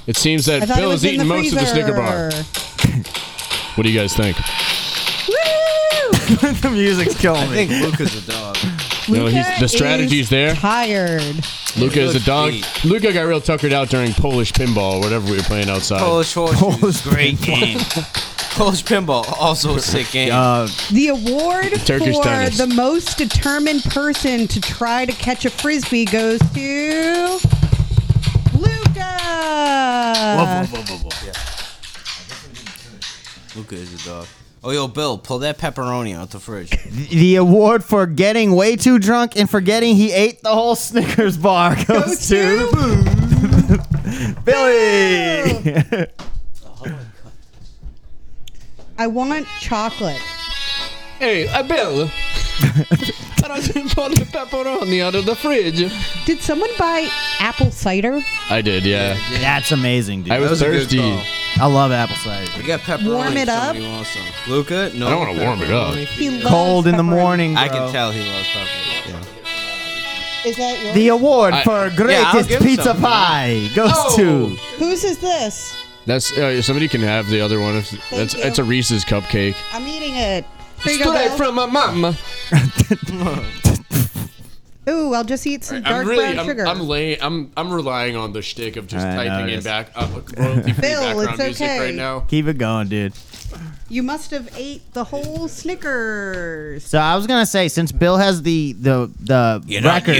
Speaker 2: it seems that
Speaker 10: I thought it
Speaker 2: Bill
Speaker 10: was
Speaker 2: is
Speaker 10: in the
Speaker 2: eating most of the Snicker bar.
Speaker 10: freezer.
Speaker 2: What do you guys think?
Speaker 10: Woo!
Speaker 1: the music's killing
Speaker 6: I think Luca's a dog.
Speaker 2: No, he's- the
Speaker 10: Luca
Speaker 2: strategy's
Speaker 10: is
Speaker 2: there.
Speaker 10: Tired.
Speaker 2: Luca is a dog.
Speaker 6: Beat.
Speaker 2: Luca got real tuckered out during Polish pinball or whatever we were playing outside.
Speaker 6: Polish horseshoes. great game. Polish pinball, also a sick game.
Speaker 1: Uh,
Speaker 10: The award
Speaker 2: Turkish
Speaker 10: for
Speaker 2: tennis.
Speaker 10: the most determined person to try to catch a frisbee goes to Luca.
Speaker 6: Luca is a dog. Oh, yo, Bill, pull that pepperoni out the fridge.
Speaker 1: the award for getting way too drunk and forgetting he ate the whole Snickers bar goes to Billy.
Speaker 10: I want chocolate.
Speaker 2: Hey, uh, Bill. I don't want the pepperoni out of the fridge.
Speaker 10: Did someone buy apple cider?
Speaker 2: I did, yeah.
Speaker 1: That's amazing, dude.
Speaker 2: I
Speaker 1: I,
Speaker 2: was,
Speaker 6: was a good
Speaker 2: thirsty.
Speaker 6: call.
Speaker 1: love apple cider.
Speaker 6: We got pepperoni.
Speaker 10: Warm
Speaker 6: if
Speaker 10: it
Speaker 6: somebody
Speaker 10: up.
Speaker 6: Wants some. Luca, no.
Speaker 2: I don't wanna warm it up.
Speaker 6: pepperoni.
Speaker 10: He loves
Speaker 1: Cold in the
Speaker 10: pepperoni.
Speaker 1: morning.
Speaker 6: I
Speaker 1: bro.
Speaker 6: can tell he loves pepperoni. Yeah.
Speaker 10: Is that yours?
Speaker 1: The award
Speaker 2: I-
Speaker 1: for
Speaker 6: Yeah, I'll
Speaker 1: greatest
Speaker 6: give
Speaker 1: pizza
Speaker 6: some. Oh.
Speaker 1: pie goes to
Speaker 10: Whose is this?
Speaker 2: That's uh, somebody can have the other one. If, that's
Speaker 10: you.
Speaker 2: it's a Reese's cupcake.
Speaker 10: I'm eating it. Here you go,
Speaker 2: Straight
Speaker 10: Bill.
Speaker 2: from my mama.
Speaker 10: Ooh, I'll just eat some dark
Speaker 2: I'm really,
Speaker 10: brown
Speaker 2: I'm,
Speaker 10: sugar.
Speaker 2: I'm, lay, I'm, I'm relying on the shtick of just
Speaker 1: I know,
Speaker 2: typing in
Speaker 1: yes.
Speaker 2: back uh, royalty-free
Speaker 10: Bill,
Speaker 2: background
Speaker 10: it's
Speaker 2: music
Speaker 10: okay.
Speaker 2: right now.
Speaker 1: keep it going, dude.
Speaker 10: you must have ate the whole Snickers.
Speaker 1: So I was gonna say, since Bill has the the the record,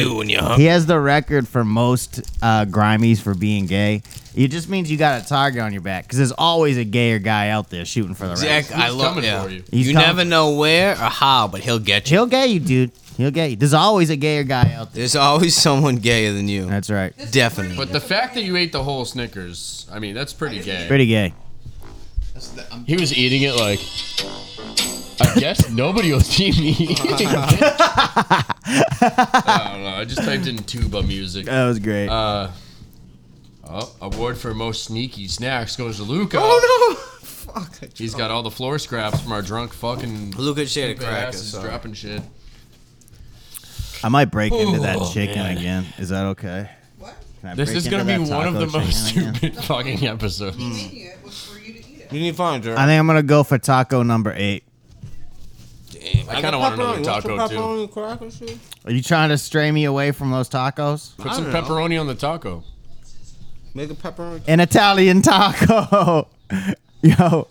Speaker 1: he has the record for most uh, grimies for being gay. It just means you got a target on your back because there's always a gayer guy out there shooting for the
Speaker 6: Jack,
Speaker 1: exactly.
Speaker 6: I love
Speaker 2: coming
Speaker 6: yeah.
Speaker 2: for you.
Speaker 1: He's
Speaker 6: you
Speaker 1: coming.
Speaker 6: never know where or how, but he'll get you.
Speaker 1: He'll get you, dude. He'll get you. There's always a gayer guy out there.
Speaker 6: There's always someone gayer than you.
Speaker 1: That's right.
Speaker 6: Definitely.
Speaker 2: But the fact that you ate the whole Snickers, I mean, that's pretty gay.
Speaker 1: Pretty gay.
Speaker 2: He was eating it like. I guess nobody will see me eating it. I don't know. I just typed in tuba music.
Speaker 1: That was great.
Speaker 2: Oh, award for most sneaky snacks goes to Luca. Oh no! Fuck. He's got all the floor scraps from our drunk fucking
Speaker 6: Luca shared a
Speaker 2: stupid
Speaker 6: cracker.
Speaker 2: asses
Speaker 6: so-
Speaker 2: dropping shit.
Speaker 1: I might break into that chicken again. Is that okay? Can I
Speaker 2: This
Speaker 1: break
Speaker 2: is
Speaker 1: into
Speaker 2: gonna be
Speaker 1: that
Speaker 2: one of
Speaker 1: taco
Speaker 2: the most
Speaker 1: chicken again?
Speaker 2: stupid fucking episodes.
Speaker 8: It was for you to eat it.
Speaker 6: You need to find her.
Speaker 1: I think I'm gonna go for taco number eight.
Speaker 2: I kind of want another taco too.
Speaker 6: too.
Speaker 1: Are you trying to stray me away from those tacos?
Speaker 2: Put
Speaker 6: I
Speaker 2: some
Speaker 6: don't know.
Speaker 2: pepperoni on the taco.
Speaker 6: Make a pepperoni.
Speaker 1: An Italian taco. Yo.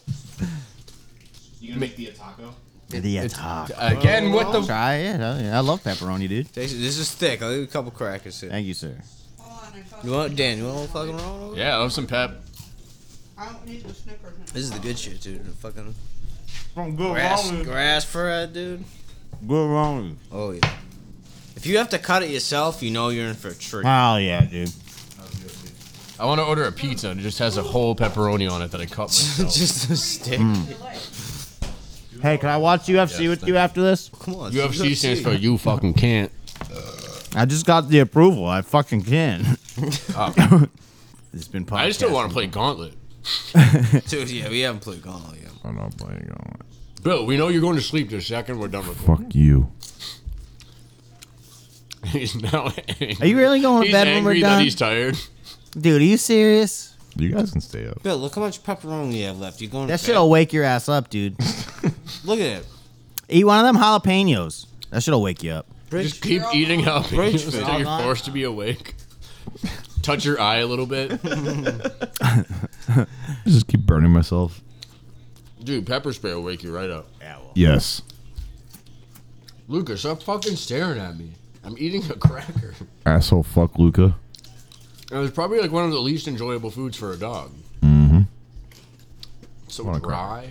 Speaker 5: You gonna make the a taco?
Speaker 1: The taco.
Speaker 2: Again, what the?
Speaker 1: Try it. I I love pepperoni, dude.
Speaker 6: This this is thick. I'll leave a couple crackers here.
Speaker 1: Thank you, sir.
Speaker 6: You want Dan? You want a little fucking roll?
Speaker 2: Yeah, I love some pep.
Speaker 8: I don't need the Snickers.
Speaker 6: This is the good shit, dude. The fucking
Speaker 1: From good
Speaker 6: grass, grass fried, dude.
Speaker 1: Good wrong.
Speaker 6: Oh yeah. If you have to cut it yourself, you know you're in for a treat.
Speaker 1: Oh yeah, dude.
Speaker 2: I want to order a pizza and it just has a whole pepperoni on it that I cut myself.
Speaker 6: Just a stick.
Speaker 1: Hey, can I watch UFC
Speaker 2: Yes,
Speaker 1: with
Speaker 2: thank
Speaker 1: you after this?
Speaker 6: Come on.
Speaker 2: UFC
Speaker 6: UFC.
Speaker 2: stands for you fucking can't.
Speaker 1: I just got the approval. I fucking can. it's been.
Speaker 2: Oh. I just don't want to play Gauntlet.
Speaker 6: Dude, yeah, we haven't played Gauntlet yet.
Speaker 5: I'm not playing on it.
Speaker 2: Bill, we know you're going to sleep this second we're done recording.
Speaker 5: Fuck you.
Speaker 2: He's now angry.
Speaker 1: Are you really going to
Speaker 2: he's
Speaker 1: bed when
Speaker 2: angry
Speaker 1: we're
Speaker 2: that
Speaker 1: done,
Speaker 2: he's tired.
Speaker 1: dude? Are you serious?
Speaker 5: You guys can stay up.
Speaker 6: Bill, look how much pepperoni you have left. You going?
Speaker 1: That
Speaker 6: to
Speaker 1: shit'll wake your ass up, dude.
Speaker 6: bed. Look at it.
Speaker 1: Eat one of them jalapenos. That shit'll wake you up.
Speaker 2: Just keep eating
Speaker 6: Rage
Speaker 2: jalapenos
Speaker 6: fit.
Speaker 2: until you're forced to be awake. Touch your eye a little bit.
Speaker 5: I just keep burning myself.
Speaker 2: Dude, pepper spray will wake you right up.
Speaker 5: Yes.
Speaker 2: Lucas, stop fucking staring at me. I'm eating a cracker.
Speaker 5: Asshole fuck Luca.
Speaker 2: It was probably like one of the least enjoyable foods for a dog.
Speaker 5: Mm-hmm.
Speaker 2: So
Speaker 5: What a
Speaker 2: dry.
Speaker 6: I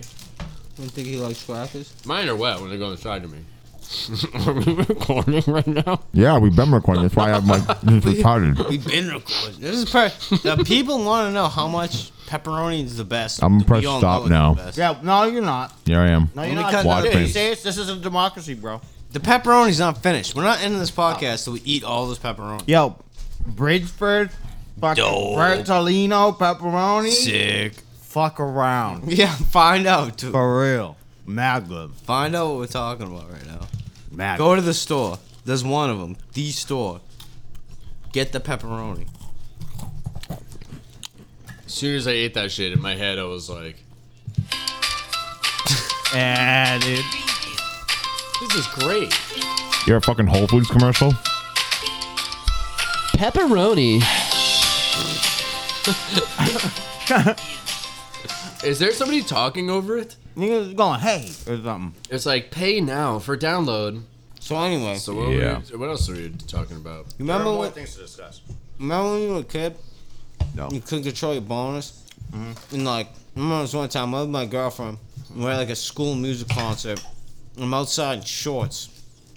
Speaker 6: don't think he likes crackers.
Speaker 2: Mine are wet when they go inside of me. are we recording right now?
Speaker 5: Yeah, we've been recording. That's why I'm like just retarded.
Speaker 6: We've been recording. This is per- the people want to know how much pepperoni is the best.
Speaker 5: I'm
Speaker 6: We
Speaker 5: press
Speaker 6: all
Speaker 5: stop
Speaker 6: know
Speaker 5: now.
Speaker 6: it's the best.
Speaker 1: Yeah, no, you're not.
Speaker 5: Here I am.
Speaker 1: No, you're
Speaker 6: Let me
Speaker 1: not.
Speaker 6: cut
Speaker 5: Watch
Speaker 1: Dude,
Speaker 5: face.
Speaker 1: serious? This is a democracy, bro.
Speaker 6: The pepperoni's not finished. We're not ending this podcast till we eat all this pepperoni.
Speaker 1: Yo, Bridgeford, fucking
Speaker 6: Dope.
Speaker 1: Bertolino, pepperoni.
Speaker 6: Sick.
Speaker 1: Fuck around.
Speaker 6: Yeah, find out, dude.
Speaker 1: For real. Maglum.
Speaker 6: Find out what we're talking about right now.
Speaker 1: Maglum.
Speaker 6: Go to the store. There's one of them. The store. Get the pepperoni.
Speaker 2: As soon as I ate that shit in my head, I was like,
Speaker 1: Yeah, dude.
Speaker 2: this is great.
Speaker 5: You're a fucking Whole Foods commercial.
Speaker 11: Pepperoni.
Speaker 2: Is there somebody talking over it?
Speaker 1: Niggas going, hey, or something.
Speaker 2: It's like pay now for download.
Speaker 6: So anyway,
Speaker 2: So what, were
Speaker 5: Yeah.
Speaker 2: you- what else are you talking about?
Speaker 6: you remember when,
Speaker 1: things to discuss.
Speaker 6: remember when you were a kid?
Speaker 5: No.
Speaker 6: You couldn't control your bonus? And like, I remember this one time, I was with my girlfriend. and We're at like a school music concert. I'm outside in shorts.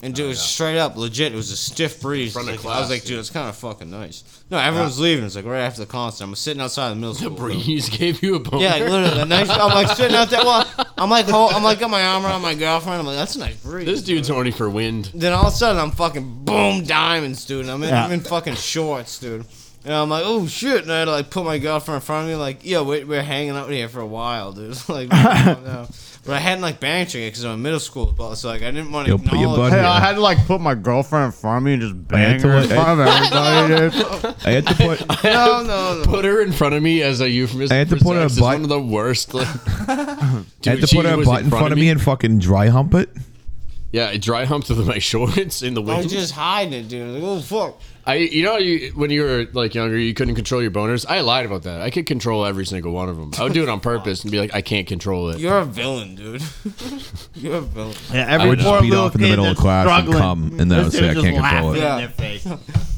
Speaker 6: And dude, it was straight up legit. It was a stiff breeze.
Speaker 2: Front of
Speaker 6: Like, I
Speaker 2: class,
Speaker 6: was like, dude,
Speaker 2: dude.
Speaker 6: it's kind of fucking nice. No, everyone's leaving. It's like right after the concert. I'm sitting outside the middle
Speaker 2: The
Speaker 6: school. bro.
Speaker 2: breeze gave you a boner.
Speaker 6: Yeah, literally. The nice. I'm like sitting out there. Well, I'm like, hold, I'm like, got my arm around my girlfriend. I'm like, that's a nice breeze.
Speaker 2: This dude's horny for wind.
Speaker 6: Then all of a sudden, I'm fucking boom diamonds, dude. I'm in,
Speaker 1: Yeah.
Speaker 6: I'm in fucking shorts, dude. And I'm like, oh shit! And I had to like put my girlfriend in front of me, like, yo, we we're hanging out here for a while, dude. like, I don't know. but I hadn't like banged her because I'm in middle school, but so like I didn't want to
Speaker 5: Yo, put your
Speaker 6: acknowledge.
Speaker 5: butt
Speaker 1: Hey,
Speaker 5: Yeah.
Speaker 1: I had to like put my girlfriend in front of me and just bang
Speaker 5: had to,
Speaker 1: her in
Speaker 5: like,
Speaker 1: front of everybody, dude.
Speaker 5: I had to put.
Speaker 6: No, no, no.
Speaker 2: Put her in front of me as a euphemism.
Speaker 5: I had to
Speaker 2: for
Speaker 5: put a
Speaker 2: sex is
Speaker 5: butt-
Speaker 2: one of the worst. Like,
Speaker 5: I had to put a butt in front of me and fucking dry hump it.
Speaker 2: yeah, I dry humped through my shorts in the
Speaker 6: I was
Speaker 2: wind.
Speaker 6: just hiding it, dude. Like, oh fuck.
Speaker 2: I, you know, you, when you were like younger, you couldn't control your boners. I lied about that. I could control every single one of them. I would do it on purpose and be like, I can't control it.
Speaker 6: You're a villain, dude. You're a villain.
Speaker 1: Yeah,
Speaker 5: I
Speaker 1: every
Speaker 5: would just
Speaker 1: poor
Speaker 5: beat
Speaker 1: little
Speaker 5: off in the
Speaker 1: kid
Speaker 5: middle of
Speaker 1: that's
Speaker 5: class and
Speaker 1: struggling,
Speaker 5: come, and then I would
Speaker 1: this
Speaker 5: say,
Speaker 1: dude
Speaker 5: "I can't
Speaker 1: just
Speaker 5: control it."
Speaker 1: laughing
Speaker 6: Yeah.
Speaker 1: In their face.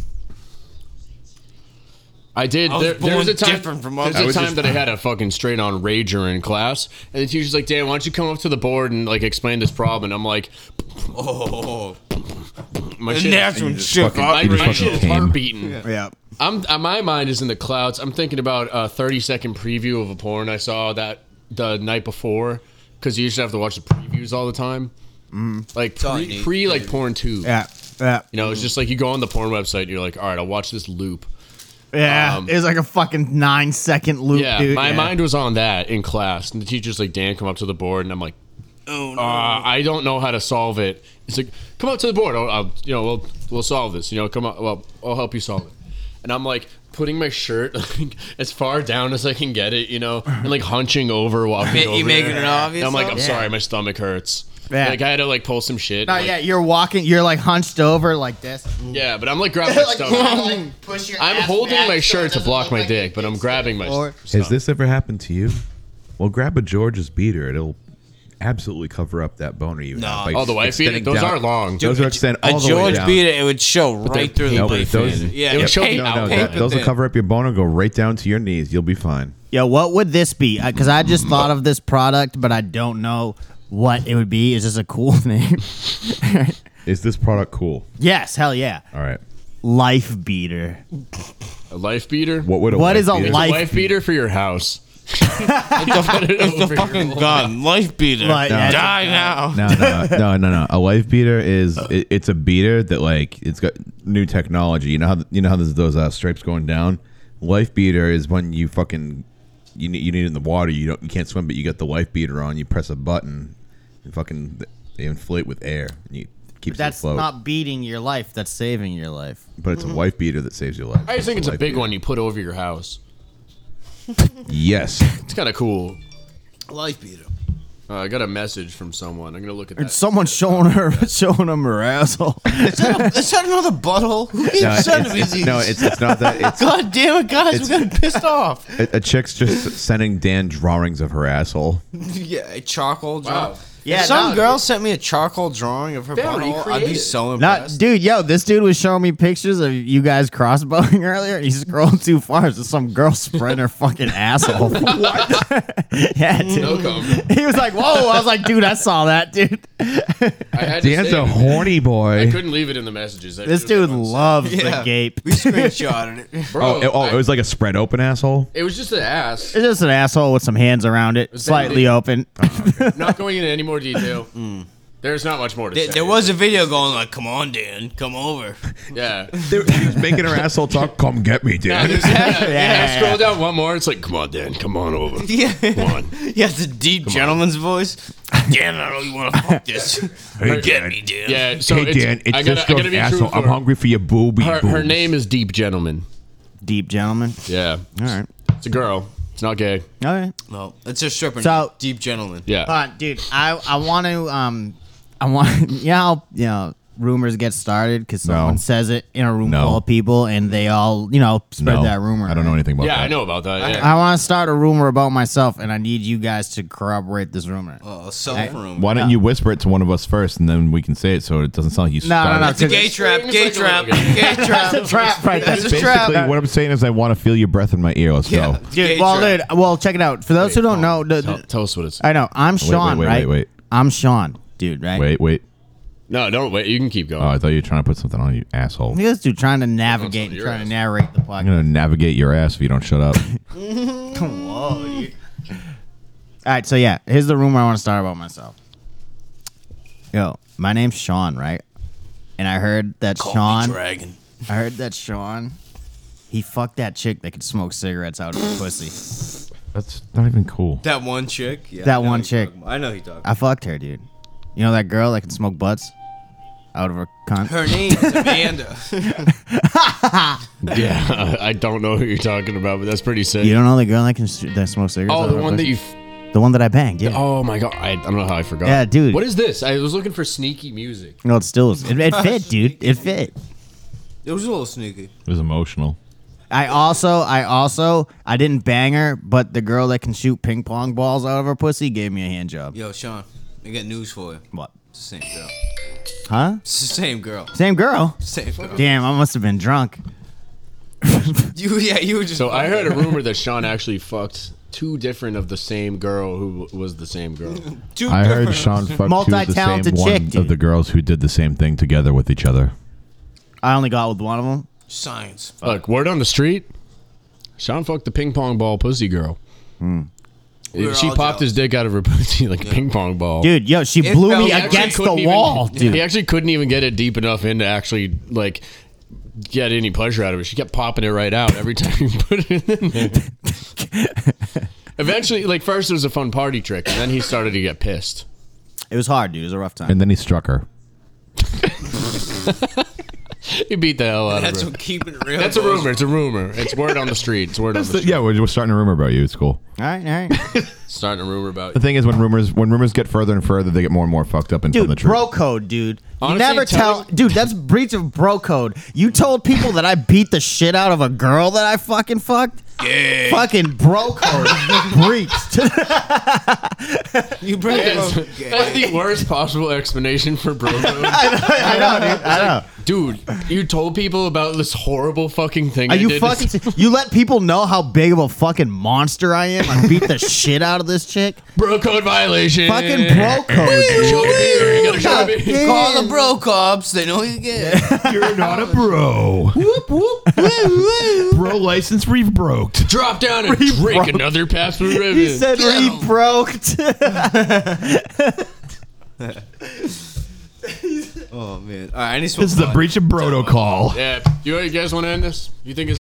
Speaker 2: I did.
Speaker 6: I was
Speaker 2: there, there was
Speaker 6: born
Speaker 2: a time,
Speaker 6: different from
Speaker 2: there
Speaker 6: others. I
Speaker 2: was
Speaker 6: was
Speaker 2: a time
Speaker 6: just-
Speaker 2: that I had a fucking straight on rager in class, and the teacher's like, "Dan, why don't you come up to the board and like explain this problem?" And I'm like,
Speaker 6: Oh,
Speaker 2: "My
Speaker 6: and
Speaker 2: shit,
Speaker 6: that's when shit.
Speaker 5: fucking-
Speaker 2: my,
Speaker 5: You just
Speaker 2: my shit
Speaker 5: fucking
Speaker 2: is
Speaker 5: came.
Speaker 2: heartbeaten."
Speaker 1: Yeah.
Speaker 2: I'm uh, my mind is in the clouds. I'm thinking about a 30 second preview of a porn I saw that the night before, because you used to have to watch the previews all the time, like
Speaker 6: all you
Speaker 2: pre,
Speaker 6: need.
Speaker 2: pre like porn tube.
Speaker 1: Yeah. Yeah.
Speaker 2: You know, it's just like you go on the porn website, and you're like, all right, I'll watch this loop.
Speaker 1: Yeah.
Speaker 2: Um,
Speaker 1: it was like a fucking nine second loop,
Speaker 2: Yeah,
Speaker 1: dude.
Speaker 2: my mind was on that in class, and the teacher's like, Dan, come up to the board, and I'm like,
Speaker 6: Oh no.
Speaker 2: uh, I don't know how to solve it. It's like, come up to the board. I'll, I'll, you know, we'll, we'll solve this. You know, come up. Well, I'll help you solve it. And I'm like putting my shirt like, as far down as I can get it, you know, and like hunching over while
Speaker 6: Ma- you
Speaker 2: over
Speaker 6: making
Speaker 2: there.
Speaker 6: it obvious,
Speaker 2: And I'm like, I'm
Speaker 6: though?
Speaker 2: sorry, my stomach hurts.
Speaker 1: Yeah.
Speaker 2: Like I had to like pull some shit.
Speaker 1: No,
Speaker 2: like-
Speaker 1: Oh, yeah, you're walking. You're like hunched over like this.
Speaker 2: yeah, but I'm like grabbing my stomach.
Speaker 1: push your
Speaker 2: I'm
Speaker 1: ass
Speaker 2: holding
Speaker 1: back so
Speaker 2: my
Speaker 1: it
Speaker 2: shirt to
Speaker 1: doesn't
Speaker 2: block
Speaker 1: look
Speaker 2: my
Speaker 1: like
Speaker 2: dick, but I'm grabbing my.
Speaker 1: Or-
Speaker 2: stomach.
Speaker 12: Has this ever happened to you? Well, grab a George's beater. It'll absolutely cover up that boner you have. by
Speaker 2: Oh, the wife beat it?
Speaker 12: extending
Speaker 2: Those
Speaker 12: down-
Speaker 2: are long.
Speaker 12: Those are extend
Speaker 6: A
Speaker 12: all the way
Speaker 6: George
Speaker 12: down.
Speaker 6: beat it, it would show right through the
Speaker 12: No, but
Speaker 6: leaf.
Speaker 12: those,
Speaker 6: Yeah, it
Speaker 12: Yep.
Speaker 6: would show
Speaker 12: no, no,
Speaker 6: out.
Speaker 12: that- those will cover up your boner. Go right down to your knees. You'll be fine.
Speaker 1: Yo, what would this be? Because I just thought of this product, but I don't know what it would be. Is this a cool name?
Speaker 12: Is this product cool?
Speaker 1: yes, hell yeah.
Speaker 12: All right.
Speaker 1: Life beater.
Speaker 2: A life beater.
Speaker 12: What would a
Speaker 1: What
Speaker 12: wife
Speaker 1: is a
Speaker 12: beater-
Speaker 1: life
Speaker 2: Life beater for your house.
Speaker 6: It's the fucking gun. Life beater.
Speaker 1: Like, yeah,
Speaker 6: Die now.
Speaker 12: No, no, no, no, no, no. A life beater is it, it's a beater that like it's got new technology. You know how th- you know how there's those uh, stripes going down. Life beater is when you fucking you need you need it in the water. You don't you can't swim, but you got the life beater on. You press a button, and fucking they inflate with air. And you keeps you
Speaker 1: that's
Speaker 12: afloat.
Speaker 1: not beating your life. That's saving your life.
Speaker 12: but it's a life beater that saves your life.
Speaker 2: I just think it's a
Speaker 12: life
Speaker 2: big
Speaker 12: beater.
Speaker 2: one you put over your house.
Speaker 12: Yes.
Speaker 2: It's kind of cool.
Speaker 6: Life beater.
Speaker 2: Uh, I got a message from someone. I'm gonna look at that.
Speaker 1: And someone's showing her, showing him her asshole.
Speaker 6: Is that another butthole? Who keeps
Speaker 12: No,
Speaker 6: sending me
Speaker 12: it's,
Speaker 6: these?
Speaker 12: it's, no, it's, it's not that. It's
Speaker 6: God damn it, guys,
Speaker 12: it's-
Speaker 6: we're getting pissed off.
Speaker 12: a, a chick's just sending Dan drawings of her asshole.
Speaker 6: yeah, a
Speaker 2: Wow.
Speaker 6: charcoal drop. Yeah,
Speaker 1: Yeah,
Speaker 6: if some
Speaker 1: no,
Speaker 6: girl sent me a charcoal drawing of her butthole, I'd be so
Speaker 1: Not,
Speaker 6: impressed.
Speaker 1: dude, yo, this dude was showing me pictures of you guys crossbowing earlier. and He scrolled too far, so some girl spread her fucking asshole. yeah, dude.
Speaker 2: No comment.
Speaker 1: He was like, "Whoa!" I was like, "Dude, I saw that, dude."
Speaker 2: I had to
Speaker 1: Dan's
Speaker 2: save
Speaker 1: a
Speaker 2: it.
Speaker 1: horny boy.
Speaker 2: I couldn't leave it in the messages. I
Speaker 1: This
Speaker 2: do it
Speaker 1: dude
Speaker 2: once.
Speaker 1: loves the gape.
Speaker 6: We screenshotted it.
Speaker 2: Bro,
Speaker 12: oh, it, oh,
Speaker 2: I-
Speaker 12: it was like a spread open asshole.
Speaker 2: It was just an ass.
Speaker 1: It's just an asshole with some hands around it,
Speaker 2: Is that
Speaker 1: slightly
Speaker 2: the-
Speaker 1: open.
Speaker 2: Not going into any more detail. There's not much more to
Speaker 6: There,
Speaker 2: say.
Speaker 6: there was a video going like, "Come on, Dan, come over."
Speaker 2: Yeah.
Speaker 12: Making her asshole talk. Come get me, dude.
Speaker 2: Yeah, there's- yeah, yeah,
Speaker 6: Yeah.
Speaker 2: Scroll down one more. It's like, come on, Dan, come on over.
Speaker 6: Yeah.
Speaker 2: Come on.
Speaker 6: He has a deep gentleman's voice. Dan, I really want to fuck this.
Speaker 12: Hey,
Speaker 6: Get
Speaker 12: Dan.
Speaker 6: me, Dan.
Speaker 2: Yeah. So
Speaker 12: hey
Speaker 2: it's,
Speaker 12: Dan, it's
Speaker 2: I gotta,
Speaker 12: this
Speaker 2: I gotta
Speaker 12: girl's
Speaker 2: be
Speaker 12: asshole.
Speaker 2: true.
Speaker 12: I'm hungry for your booby.
Speaker 2: her, her
Speaker 12: boobs.
Speaker 2: name is Deep Gentleman.
Speaker 1: Deep gentleman.
Speaker 2: Yeah.
Speaker 1: All right.
Speaker 2: It's a girl. It's not gay.
Speaker 1: All right.
Speaker 12: Uh,
Speaker 6: No, it's a stripper.
Speaker 1: So-
Speaker 6: deep gentleman.
Speaker 2: Yeah.
Speaker 1: Hold on, dude, I I want to um I want yeah I'll, you know rumors get started because
Speaker 12: No.
Speaker 1: someone says it in a room
Speaker 12: No.
Speaker 1: full of people and they all you know spread
Speaker 12: No,
Speaker 1: that rumor.
Speaker 12: I don't know anything about
Speaker 2: yeah,
Speaker 12: that.
Speaker 2: I know about that. Yeah.
Speaker 1: I want to start a rumor about myself and I need you guys to corroborate this rumor.
Speaker 6: Oh, self room.
Speaker 12: Why don't you whisper it to one of us first, and then we can say it, so it doesn't sound like you.
Speaker 1: No, no, no.
Speaker 12: started.
Speaker 6: It's a
Speaker 1: because-
Speaker 6: gay trap. Gay trap. Gay trap.
Speaker 1: That's a trap right there.
Speaker 6: That's a
Speaker 12: Basically,
Speaker 6: trap.
Speaker 12: what I'm saying is, I want to feel your breath in my ear. Let's go.
Speaker 6: Yeah.
Speaker 1: Dude,
Speaker 6: Gay
Speaker 1: well,
Speaker 6: trap.
Speaker 1: dude, well, check it out. For those who don't know, the,
Speaker 2: Tell, tell us what it's.
Speaker 1: I know I'm Sean,
Speaker 12: wait, wait,
Speaker 1: right?
Speaker 12: wait, wait.
Speaker 1: I'm Sean, dude, right?
Speaker 12: Wait, wait.
Speaker 2: No, don't wait. You can keep going.
Speaker 12: Oh, I thought you were trying to put something on you, asshole.
Speaker 1: Look at this dude trying to navigate, and
Speaker 2: your
Speaker 1: trying
Speaker 2: ass.
Speaker 1: to narrate the
Speaker 12: I'm
Speaker 1: podcast.
Speaker 12: gonna navigate your ass if you don't shut up.
Speaker 1: Come on, dude. All right, so yeah, here's the rumor I want to start about myself. Yo, my name's Sean, right? And I heard that
Speaker 6: Call me
Speaker 1: Sean,
Speaker 6: Dragon.
Speaker 1: I heard that Sean, he fucked that chick that could smoke cigarettes out of her pussy.
Speaker 12: That's not even cool.
Speaker 6: That one chick. Yeah,
Speaker 1: That
Speaker 6: I know
Speaker 1: one
Speaker 6: who you're
Speaker 1: chick.
Speaker 6: talking about. I know who you talking.
Speaker 1: I fucked her, dude. You know that girl that can smoke butts out of her cunt.
Speaker 6: Her name's Amanda.
Speaker 2: Yeah, I don't know who you're talking about, but that's pretty sick.
Speaker 1: you don't know the girl that can s- that smoke cigarettes?
Speaker 2: oh,
Speaker 1: out
Speaker 2: the
Speaker 1: of her
Speaker 2: one that
Speaker 1: pussy?
Speaker 2: you. F-
Speaker 1: the one that I banged, yeah.
Speaker 2: oh my god, I, I don't know how I forgot.
Speaker 1: Yeah, dude.
Speaker 2: What is this? I was looking for sneaky music.
Speaker 1: No, it still was. It, it fit, dude. It fit.
Speaker 6: It was a little sneaky.
Speaker 12: It was emotional.
Speaker 1: I also, I also, I didn't bang her, but the girl that can shoot ping pong balls out of her pussy gave me a hand job.
Speaker 6: Yo, Sean, I got news for you.
Speaker 1: What?
Speaker 6: It's the same girl.
Speaker 1: Huh?
Speaker 6: It's the same girl.
Speaker 1: Same girl.
Speaker 6: Same girl.
Speaker 1: Damn, I must have been drunk.
Speaker 6: You, yeah, you were just.
Speaker 2: So I heard a rumor that Sean actually fucked two different of the same girl who was the same girl.
Speaker 6: Two
Speaker 12: I heard
Speaker 6: different-
Speaker 12: Sean fucked two of the same
Speaker 1: Multi-talented
Speaker 12: one
Speaker 1: chick,
Speaker 12: of
Speaker 1: dude.
Speaker 12: the girls who did the same thing together with each other.
Speaker 1: I only got with one of them.
Speaker 6: Science.
Speaker 2: Look, word on the street, Sean fucked the ping pong ball pussy girl.
Speaker 6: We were
Speaker 2: she
Speaker 6: all
Speaker 2: popped his dick out of her pussy like a ping pong ball.
Speaker 1: Dude, yo, she
Speaker 6: It
Speaker 1: blew
Speaker 6: felt-
Speaker 1: me
Speaker 6: He actually
Speaker 1: against the
Speaker 2: couldn't even-
Speaker 1: wall, dude.
Speaker 2: He actually couldn't even get it deep enough in to actually like get any pleasure out of it. She kept popping it right out every time you put it in there. Eventually, like first it was a fun party trick, and then he started to get pissed.
Speaker 1: It was hard, dude. It was a rough time.
Speaker 12: And then he struck her.
Speaker 2: He beat the hell out
Speaker 6: That's
Speaker 2: of her.
Speaker 6: what keeping it real.
Speaker 2: That's a
Speaker 6: goes.
Speaker 2: rumor. It's a rumor. It's word on the street. It's word on the street.
Speaker 12: yeah, we're, we're starting a rumor about you. It's cool.
Speaker 1: all right, all right.
Speaker 2: Starting a rumor about
Speaker 12: The thing is, when rumors when rumors get further and further, they get more and more fucked up and from the
Speaker 1: Dude,
Speaker 12: truth.
Speaker 1: bro code, dude. You
Speaker 2: Honestly,
Speaker 1: never tell,
Speaker 2: telling-
Speaker 1: dude. That's breach of bro code. You told people that I beat the shit out of a girl that I fucking fucked. Yeah. Fucking bro code breached.
Speaker 6: You bring it
Speaker 2: That's,
Speaker 6: up.
Speaker 2: that's the worst possible explanation for bro code.
Speaker 1: I know, dude. I know.
Speaker 2: Dude, you told people about this horrible fucking thing.
Speaker 1: Are
Speaker 2: I
Speaker 1: you
Speaker 2: did.
Speaker 1: fucking? se- you let people know how big of a fucking monster I am. I beat the shit out of this chick.
Speaker 2: bro code violation?
Speaker 1: Fucking bro code.
Speaker 2: Show the beer. You gotta show the beer.
Speaker 1: Yeah.
Speaker 6: Call the bro cops. They know what you get.
Speaker 12: You're not a bro. bro license re broke.
Speaker 2: Drop down and drink another pass through
Speaker 1: He
Speaker 2: ribbon.
Speaker 1: said we broke.
Speaker 6: Oh man. All right, I need some.
Speaker 12: This is the
Speaker 6: fun. Oh,
Speaker 12: breach of protocol.
Speaker 2: yeah. You guys want to end this? You think it's